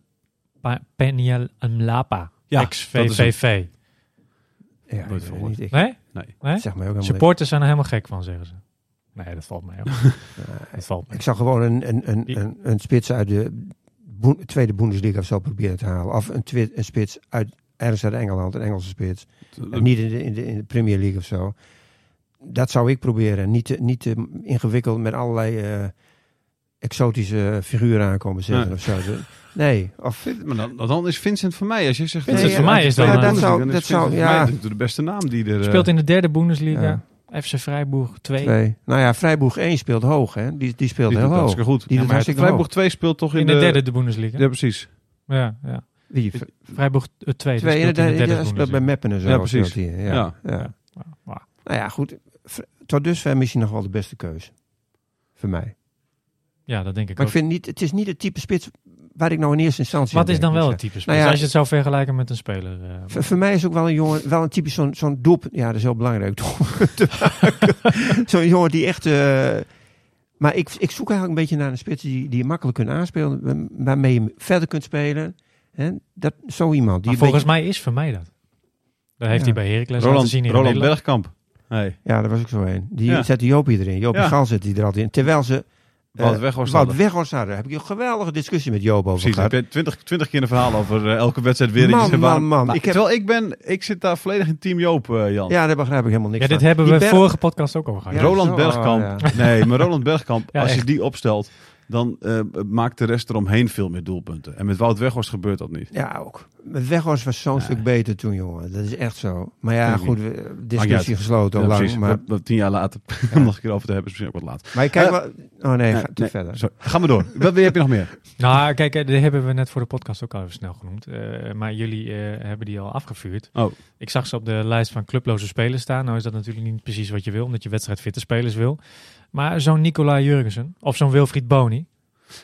[SPEAKER 1] pa Peniel Mlapa.
[SPEAKER 2] Ja,
[SPEAKER 1] Ex-VVV.
[SPEAKER 4] Ja, ik
[SPEAKER 2] Nooit
[SPEAKER 4] weet het
[SPEAKER 2] verhoord.
[SPEAKER 4] niet. Ik,
[SPEAKER 1] Nee? nee?
[SPEAKER 2] Nee.
[SPEAKER 4] zeg mij ook helemaal niks.
[SPEAKER 1] Supporters zijn er helemaal gek van, zeggen ze. Nee, dat valt mij op. dat valt mij.
[SPEAKER 4] Ik zou gewoon een, een,
[SPEAKER 1] Die-
[SPEAKER 4] een, een, een spits uit de boe- tweede Bundesliga of zo proberen te halen. Of een, twi- een spits uit ergens uit Engeland, een Engelse spits. En Eh, niet in de, in, de, in de Premier League of zo. Dat zou ik proberen. Niet te, niet te ingewikkeld met allerlei eh, exotische figuur aankomen zitten
[SPEAKER 2] Nee.
[SPEAKER 4] of zo. Nee, of...
[SPEAKER 2] Maar dan, dan is Vincent van mij. Als je zegt
[SPEAKER 1] Vincent
[SPEAKER 4] nee,
[SPEAKER 2] Nee,
[SPEAKER 1] van
[SPEAKER 4] ja,
[SPEAKER 1] mij is dan,
[SPEAKER 4] ja,
[SPEAKER 1] eh,
[SPEAKER 4] dat
[SPEAKER 2] Bundesliga,
[SPEAKER 4] zou,
[SPEAKER 2] dan
[SPEAKER 4] dat
[SPEAKER 2] is Vincent
[SPEAKER 4] zou,
[SPEAKER 2] van
[SPEAKER 4] ja,
[SPEAKER 2] Mij de, de beste naam die er... eh,
[SPEAKER 1] Speelt in de derde Bundesliga.
[SPEAKER 4] Ja.
[SPEAKER 1] FC Vrijburg 2.
[SPEAKER 4] twee. Nou ja, Vrijboeg 1 speelt hoog, hè? Die, die speelt
[SPEAKER 2] die
[SPEAKER 4] heel
[SPEAKER 2] doet
[SPEAKER 4] hoog.
[SPEAKER 2] hartstikke goed.
[SPEAKER 4] Die
[SPEAKER 2] Ja,
[SPEAKER 4] doet
[SPEAKER 2] maar
[SPEAKER 4] hartstikke
[SPEAKER 2] Freiburg 2 speelt toch in,
[SPEAKER 1] in de, derde de Bundesliga.
[SPEAKER 2] Ja, precies.
[SPEAKER 1] Ja, ja. eh,
[SPEAKER 4] Die,
[SPEAKER 1] Vrijburg 2.
[SPEAKER 4] twee,
[SPEAKER 1] dus in de derde
[SPEAKER 4] ja, dat speelt
[SPEAKER 1] Bundesliga.
[SPEAKER 4] bij Meppen en zo.
[SPEAKER 2] Ja, precies.
[SPEAKER 4] speelt die, ja.
[SPEAKER 2] Ja.
[SPEAKER 4] Ja.
[SPEAKER 1] Wauw.
[SPEAKER 4] Nou ja, goed. Fr- Tot dusver misschien nog wel de beste keuze. Voor mij.
[SPEAKER 1] Ja, dat denk ik
[SPEAKER 4] Maar
[SPEAKER 1] ook.
[SPEAKER 4] ik vind niet, het is niet het type spits waar ik nou in eerste instantie aan
[SPEAKER 1] Wat is dan
[SPEAKER 4] denk,
[SPEAKER 1] wel
[SPEAKER 4] moet
[SPEAKER 1] het
[SPEAKER 4] ik
[SPEAKER 1] type spits?
[SPEAKER 4] Nou ja,
[SPEAKER 1] Als je het zou vergelijken met een speler. eh,
[SPEAKER 4] zeggen. Voor, voor mij is ook wel een jongen, wel een typisch zo'n zo'n doelpunt. Ja, dat is heel belangrijk. doelpunt te maken. zo'n jongen die echt. eh, maar ik, ik zoek eigenlijk een beetje naar een spits die, die je makkelijk kunt aanspelen, wa- waarmee je verder kunt spelen. Hè? Dat, zo iemand. Die
[SPEAKER 1] maar
[SPEAKER 4] een
[SPEAKER 1] volgens mij is voor mij dat. Dat heeft
[SPEAKER 4] Ja.
[SPEAKER 1] hij bij Heracles laten
[SPEAKER 2] Roland,
[SPEAKER 1] zien in
[SPEAKER 2] Roland
[SPEAKER 1] Nederland.
[SPEAKER 2] Bergkamp. Hey.
[SPEAKER 4] beetje- ja, daar was ik zo een. Die
[SPEAKER 2] Ja.
[SPEAKER 4] zette Jopie erin. Jopie
[SPEAKER 2] Ja.
[SPEAKER 4] Gal zet die er altijd in. Terwijl ze
[SPEAKER 2] Wout
[SPEAKER 4] Eh,
[SPEAKER 2] Weghorst
[SPEAKER 4] Wout
[SPEAKER 2] hadden.
[SPEAKER 4] Weghorst hadden. Daar heb ik een geweldige discussie met Joop over
[SPEAKER 2] Precies,
[SPEAKER 4] gehad.
[SPEAKER 2] heb je 20, 20 keer een verhaal over eh, elke wedstrijd weer.
[SPEAKER 4] Man,
[SPEAKER 2] iets en waarom-
[SPEAKER 4] man, man.
[SPEAKER 2] Nou,
[SPEAKER 4] Ik heb-
[SPEAKER 2] Terwijl ik ben, ik zit daar volledig in team Joop, eh, Jan.
[SPEAKER 4] Ja, daar begrijp ik helemaal niks
[SPEAKER 1] Ja, dit
[SPEAKER 4] van.
[SPEAKER 1] hebben
[SPEAKER 4] Die
[SPEAKER 1] we
[SPEAKER 4] Berg-
[SPEAKER 1] vorige podcast ook over gehad.
[SPEAKER 4] Ja,
[SPEAKER 2] Roland
[SPEAKER 4] zo,
[SPEAKER 2] Bergkamp.
[SPEAKER 4] oh,
[SPEAKER 2] Nee, maar Roland Bergkamp,
[SPEAKER 1] Ja,
[SPEAKER 2] als je
[SPEAKER 1] echt.
[SPEAKER 2] die opstelt, dan eh, maakt de rest eromheen veel meer doelpunten. En met Wout Weghorst gebeurt dat niet.
[SPEAKER 4] Ja, ook. Weghorst was zo'n stuk beter toen, jongen. Dat is echt zo. Maar ja,
[SPEAKER 2] Vind ik
[SPEAKER 4] goed, we-
[SPEAKER 2] Maakt niet
[SPEAKER 4] discussie
[SPEAKER 2] uit.
[SPEAKER 4] gesloten al
[SPEAKER 2] Ja,
[SPEAKER 4] lang.
[SPEAKER 2] precies.
[SPEAKER 4] Maar,
[SPEAKER 2] Dat- dat Tien jaar later, om nog een keer over te hebben, is misschien ook wat laat.
[SPEAKER 4] maar je kijkt
[SPEAKER 2] Eh,
[SPEAKER 4] wel... Oh nee,
[SPEAKER 2] Nee,
[SPEAKER 4] ga te
[SPEAKER 2] nee,
[SPEAKER 4] verder.
[SPEAKER 2] sorry. Ga maar door. Wat heb je nog meer?
[SPEAKER 1] Nou, kijk, eh, die hebben we net voor de podcast ook al even snel genoemd. Eh, maar jullie eh, hebben die al afgevuurd.
[SPEAKER 2] Oh.
[SPEAKER 1] Ik zag ze op de lijst van clubloze spelers staan. Nou is dat natuurlijk niet precies wat je wil, omdat je wedstrijdfitte spelers wil. Maar zo'n Nicola Jurgensen of zo'n Wilfried Boni,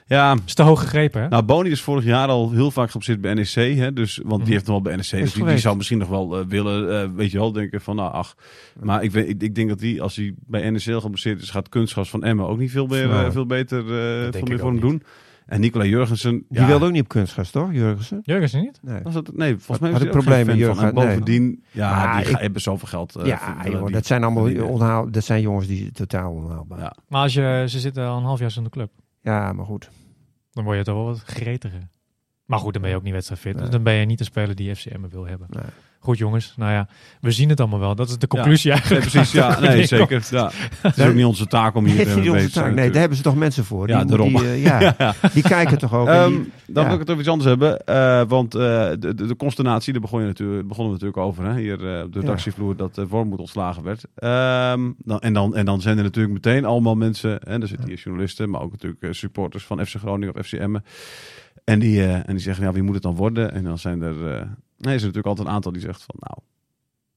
[SPEAKER 2] Ja,
[SPEAKER 1] is te hoog gegrepen hè?
[SPEAKER 2] nou Boni is vorig jaar al heel vaak geopzit bij NEC. Hè, dus, want
[SPEAKER 1] Mhm.
[SPEAKER 2] die heeft nog wel bij NEC. Dus die, die
[SPEAKER 4] geweest.
[SPEAKER 2] zou misschien nog wel eh, willen, eh, weet je wel, denken van nou ach. Maar ik, weet, ik, ik denk dat die, als hij bij NEC al geblesseerd is, gaat kunstgas van Emmen ook niet veel, meer,
[SPEAKER 4] Nou,
[SPEAKER 2] eh, veel beter eh,
[SPEAKER 1] denk
[SPEAKER 2] veel
[SPEAKER 1] ik
[SPEAKER 2] meer voor
[SPEAKER 1] ook
[SPEAKER 2] hem doen. En Nicola Jurgensen,
[SPEAKER 4] Die
[SPEAKER 2] ja,
[SPEAKER 4] wilde ook niet op kunstgras, toch, Jurgensen?
[SPEAKER 1] Jurgensen niet?
[SPEAKER 4] Nee.
[SPEAKER 2] Was dat, nee, volgens mij
[SPEAKER 4] Had
[SPEAKER 2] was hij
[SPEAKER 4] het
[SPEAKER 2] ook
[SPEAKER 4] probleem
[SPEAKER 2] geen fan
[SPEAKER 4] met
[SPEAKER 2] van. En
[SPEAKER 4] Jurgen, nee.
[SPEAKER 2] bovendien, ja,
[SPEAKER 4] Maar
[SPEAKER 2] die
[SPEAKER 4] ik-
[SPEAKER 2] ga, hebben zoveel geld. eh, voor-
[SPEAKER 4] ja,
[SPEAKER 2] willen
[SPEAKER 4] joh,
[SPEAKER 2] die-
[SPEAKER 4] dat zijn allemaal
[SPEAKER 2] die-
[SPEAKER 4] onhaal, dat zijn jongens die totaal onhaalbaar. Ja.
[SPEAKER 2] Ja.
[SPEAKER 1] Maar als je, ze zitten al een half jaar in de club,
[SPEAKER 4] maar goed.
[SPEAKER 1] dan word je toch wel wat gretiger. Maar goed, dan ben je ook niet wedstrijdfit.
[SPEAKER 4] Nee.
[SPEAKER 1] Dus dan ben je niet een speler die FCM wil hebben.
[SPEAKER 4] Nee.
[SPEAKER 1] Goed jongens, nou ja, we zien het allemaal wel. Dat is de conclusie
[SPEAKER 2] Nee,
[SPEAKER 1] eigenlijk.
[SPEAKER 2] precies, ja,
[SPEAKER 1] Ik
[SPEAKER 2] nee,
[SPEAKER 1] denk
[SPEAKER 2] zeker. Ja. Het is ook niet onze taak om hier
[SPEAKER 4] Heeft
[SPEAKER 2] eh,
[SPEAKER 4] die
[SPEAKER 2] mee
[SPEAKER 4] onze
[SPEAKER 2] te zijn
[SPEAKER 4] taak? Nee, daar
[SPEAKER 2] natuurlijk.
[SPEAKER 4] hebben ze toch mensen voor.
[SPEAKER 2] Ja,
[SPEAKER 4] die, moet-
[SPEAKER 2] daarom.
[SPEAKER 4] Die, eh, ja, die kijken toch ook. en
[SPEAKER 2] Ehm,
[SPEAKER 4] die-
[SPEAKER 2] dan
[SPEAKER 4] ja.
[SPEAKER 2] wil ik het over iets anders hebben. eh, want eh, de, de, de consternatie, daar begon je natuurlijk, begonnen we natuurlijk over. Hè, hier eh, op de
[SPEAKER 4] Ja.
[SPEAKER 2] redactievloer dat uh, Wormoed ontslagen werd. Ehm, dan, en, dan, en dan zijn er natuurlijk meteen allemaal mensen. En er zitten hier journalisten, maar ook natuurlijk eh, supporters van FC Groningen of FC Emmen. En die, eh, en die zeggen, ja, wie moet het dan worden? En dan zijn er, eh, nee, er is natuurlijk altijd een aantal die zegt van, nou,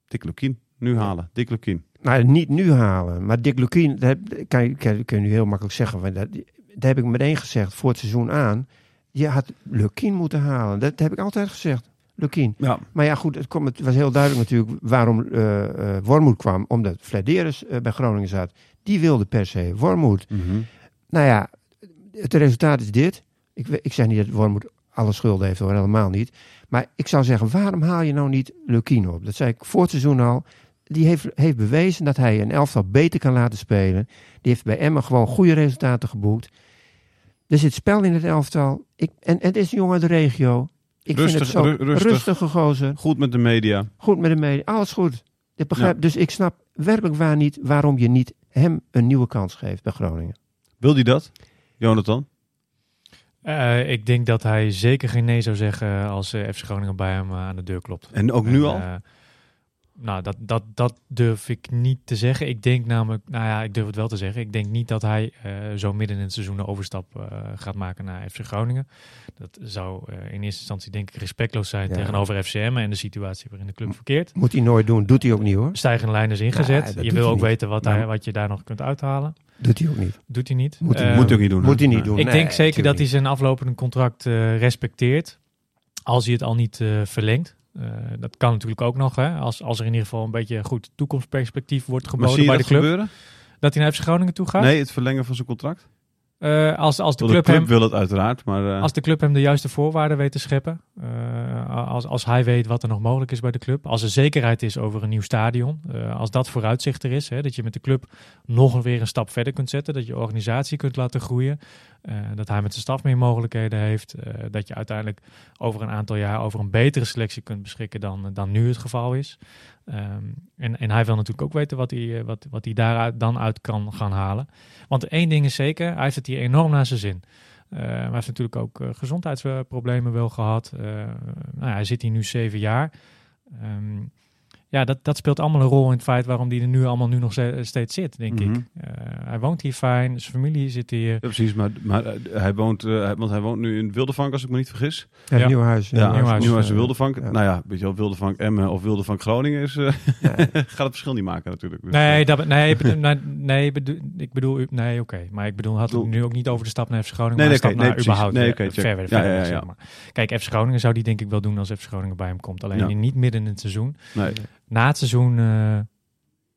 [SPEAKER 2] Dick Lukien, nu halen. Dick Lukien.
[SPEAKER 4] Nou, niet nu halen. Maar Dick Lukien, dat heb- kan, je- kan, kun je nu heel makkelijk zeggen. want Dat, dat heb ik meteen gezegd voor het seizoen aan. Je had Lukien moeten halen. Dat heb ik altijd gezegd. Lukien.
[SPEAKER 2] Ja,
[SPEAKER 4] Maar ja, goed, het, kwam, het was heel duidelijk natuurlijk waarom eh eh, Wormoed kwam. Omdat Flederis eh, bij Groningen zat. Die wilde per se Wormoed.
[SPEAKER 2] Mhm.
[SPEAKER 4] Nou ja, het resultaat is dit. Ik, we- ik zeg niet dat Wormoed alle schulden heeft, hoor, helemaal niet. Maar ik zou zeggen, waarom haal je nou niet Lukien op? Dat zei ik voor het seizoen al. Die heeft, heeft bewezen dat hij een elftal beter kan laten spelen. Die heeft bij Emmen gewoon goede resultaten geboekt. Er zit spel in het elftal. Ik, en, en het is een jongen uit de regio. Ik
[SPEAKER 2] Rustig,
[SPEAKER 4] vind het
[SPEAKER 2] ru-
[SPEAKER 4] zo
[SPEAKER 2] rustig.
[SPEAKER 4] rustige gozer.
[SPEAKER 2] Goed met de media.
[SPEAKER 4] Goed met de media. Alles goed. Ik begrijp, Dus ik snap werkelijk waar niet waarom je niet hem een nieuwe kans geeft bij Groningen.
[SPEAKER 2] Wil die dat, Jonathan?
[SPEAKER 1] Eh, ik denk dat hij zeker geen nee zou zeggen als eh, FC Groningen bij hem eh, aan de deur klopt.
[SPEAKER 2] En ook nu
[SPEAKER 1] En,
[SPEAKER 2] al?
[SPEAKER 1] eh, nou, dat, dat, dat durf ik niet te zeggen. Ik denk namelijk, nou ja, ik durf het wel te zeggen. Ik denk niet dat hij eh, zo midden in het seizoen een overstap eh, gaat maken naar FC Groningen. Dat zou eh, in eerste instantie denk ik respectloos zijn
[SPEAKER 4] Ja.
[SPEAKER 1] tegenover FCM en de situatie waarin de club verkeert.
[SPEAKER 4] Moet hij nooit doen. Doet hij ook niet hoor.
[SPEAKER 1] Stijgende lijn is
[SPEAKER 4] Ja,
[SPEAKER 1] ingezet.
[SPEAKER 4] dat
[SPEAKER 1] je
[SPEAKER 4] doet
[SPEAKER 1] wil
[SPEAKER 4] hij
[SPEAKER 1] ook
[SPEAKER 4] niet.
[SPEAKER 1] weten wat,
[SPEAKER 4] Nou.
[SPEAKER 1] hij, wat je daar nog kunt uithalen.
[SPEAKER 4] Doet hij ook niet.
[SPEAKER 1] Doet hij niet.
[SPEAKER 4] Moet hij-
[SPEAKER 1] Eh,
[SPEAKER 2] Moet hij ook niet doen. hè?
[SPEAKER 4] Moet hij niet
[SPEAKER 2] Nee.
[SPEAKER 4] doen.
[SPEAKER 1] ik
[SPEAKER 4] Nee,
[SPEAKER 1] denk zeker dat
[SPEAKER 4] natuurlijk
[SPEAKER 1] hij zijn aflopende contract eh, respecteert. Als hij het al niet eh, verlengt. Eh, dat kan natuurlijk ook nog. Hè? Als, als er in ieder geval een beetje goed toekomstperspectief wordt
[SPEAKER 2] Maar zie
[SPEAKER 1] geboden
[SPEAKER 2] je
[SPEAKER 1] bij
[SPEAKER 2] dat
[SPEAKER 1] de club.
[SPEAKER 2] gebeuren?
[SPEAKER 1] Dat hij naar FC Groningen toe gaat.
[SPEAKER 2] Nee, het verlengen van zijn contract.
[SPEAKER 1] Eh, als, als, de
[SPEAKER 2] Wel, De
[SPEAKER 1] club
[SPEAKER 2] club,
[SPEAKER 1] hem,
[SPEAKER 2] wil het uiteraard, maar eh,
[SPEAKER 1] als de club hem de juiste voorwaarden weet te scheppen. eh, als, als hij weet wat er nog mogelijk is bij de club. Als er zekerheid is over een nieuw stadion. eh, als dat vooruitzicht er is. Hè, dat je met de club nog weer een stap verder kunt zetten. Dat je organisatie kunt laten groeien. Eh, dat hij met zijn staf meer mogelijkheden heeft. eh, dat je uiteindelijk over een aantal jaar over een betere selectie kunt beschikken dan, dan nu het geval is. Ehm, en, en hij wil natuurlijk ook weten wat hij, eh, wat, wat hij daaruit dan uit kan gaan halen. Want één ding is zeker, hij heeft het hier enorm naar zijn zin. Eh, maar hij heeft natuurlijk ook eh, gezondheidsproblemen wel gehad. Eh, nou ja, hij zit hier nu zeven jaar. Ehm, ja, dat, dat speelt allemaal een rol in het feit waarom hij er nu allemaal nu nog ze- steeds zit, denk
[SPEAKER 2] Mhm.
[SPEAKER 1] ik. Eh, hij woont hier fijn, zijn familie zit hier.
[SPEAKER 2] Ja, precies. Maar, maar eh, hij woont, eh, hij- want hij woont nu in Wildevank, als ik me niet vergis.
[SPEAKER 4] Ja,
[SPEAKER 1] Ja.
[SPEAKER 4] nieuw huis.
[SPEAKER 2] Ja,
[SPEAKER 1] Nieuwhuis.
[SPEAKER 2] Nieuwhuis, Nieuwhuis en
[SPEAKER 4] eh,
[SPEAKER 2] Wildevank.
[SPEAKER 4] ja.
[SPEAKER 2] Nou ja, weet je wel, Wildevank Emmen of Wildevank Groningen is, eh,
[SPEAKER 4] Ja,
[SPEAKER 2] gaat het verschil niet maken natuurlijk. Dus,
[SPEAKER 1] Nee,
[SPEAKER 2] eh,
[SPEAKER 1] dat, nee, bedo- nee, nee, bedo- ik bedoel, u- nee, oké. Maar ik bedoel, had het
[SPEAKER 2] Bedoel-
[SPEAKER 1] nu ook niet over de stap naar FC Groningen,
[SPEAKER 2] Nee,
[SPEAKER 1] maar
[SPEAKER 2] nee,
[SPEAKER 1] de stap
[SPEAKER 2] oké,
[SPEAKER 1] naar
[SPEAKER 2] nee, precies.
[SPEAKER 1] überhaupt
[SPEAKER 2] Nee,
[SPEAKER 1] eh,
[SPEAKER 2] oké, check.
[SPEAKER 1] ver, verder
[SPEAKER 2] Ja, ja,
[SPEAKER 1] weg,
[SPEAKER 2] ja,
[SPEAKER 1] zeg
[SPEAKER 2] ja.
[SPEAKER 1] maar. Kijk, FC Groningen zou die denk ik wel doen als FC Groningen bij hem komt. Alleen
[SPEAKER 2] Ja.
[SPEAKER 1] niet midden in het seizoen.
[SPEAKER 2] eh, nee.
[SPEAKER 1] Na het seizoen, eh,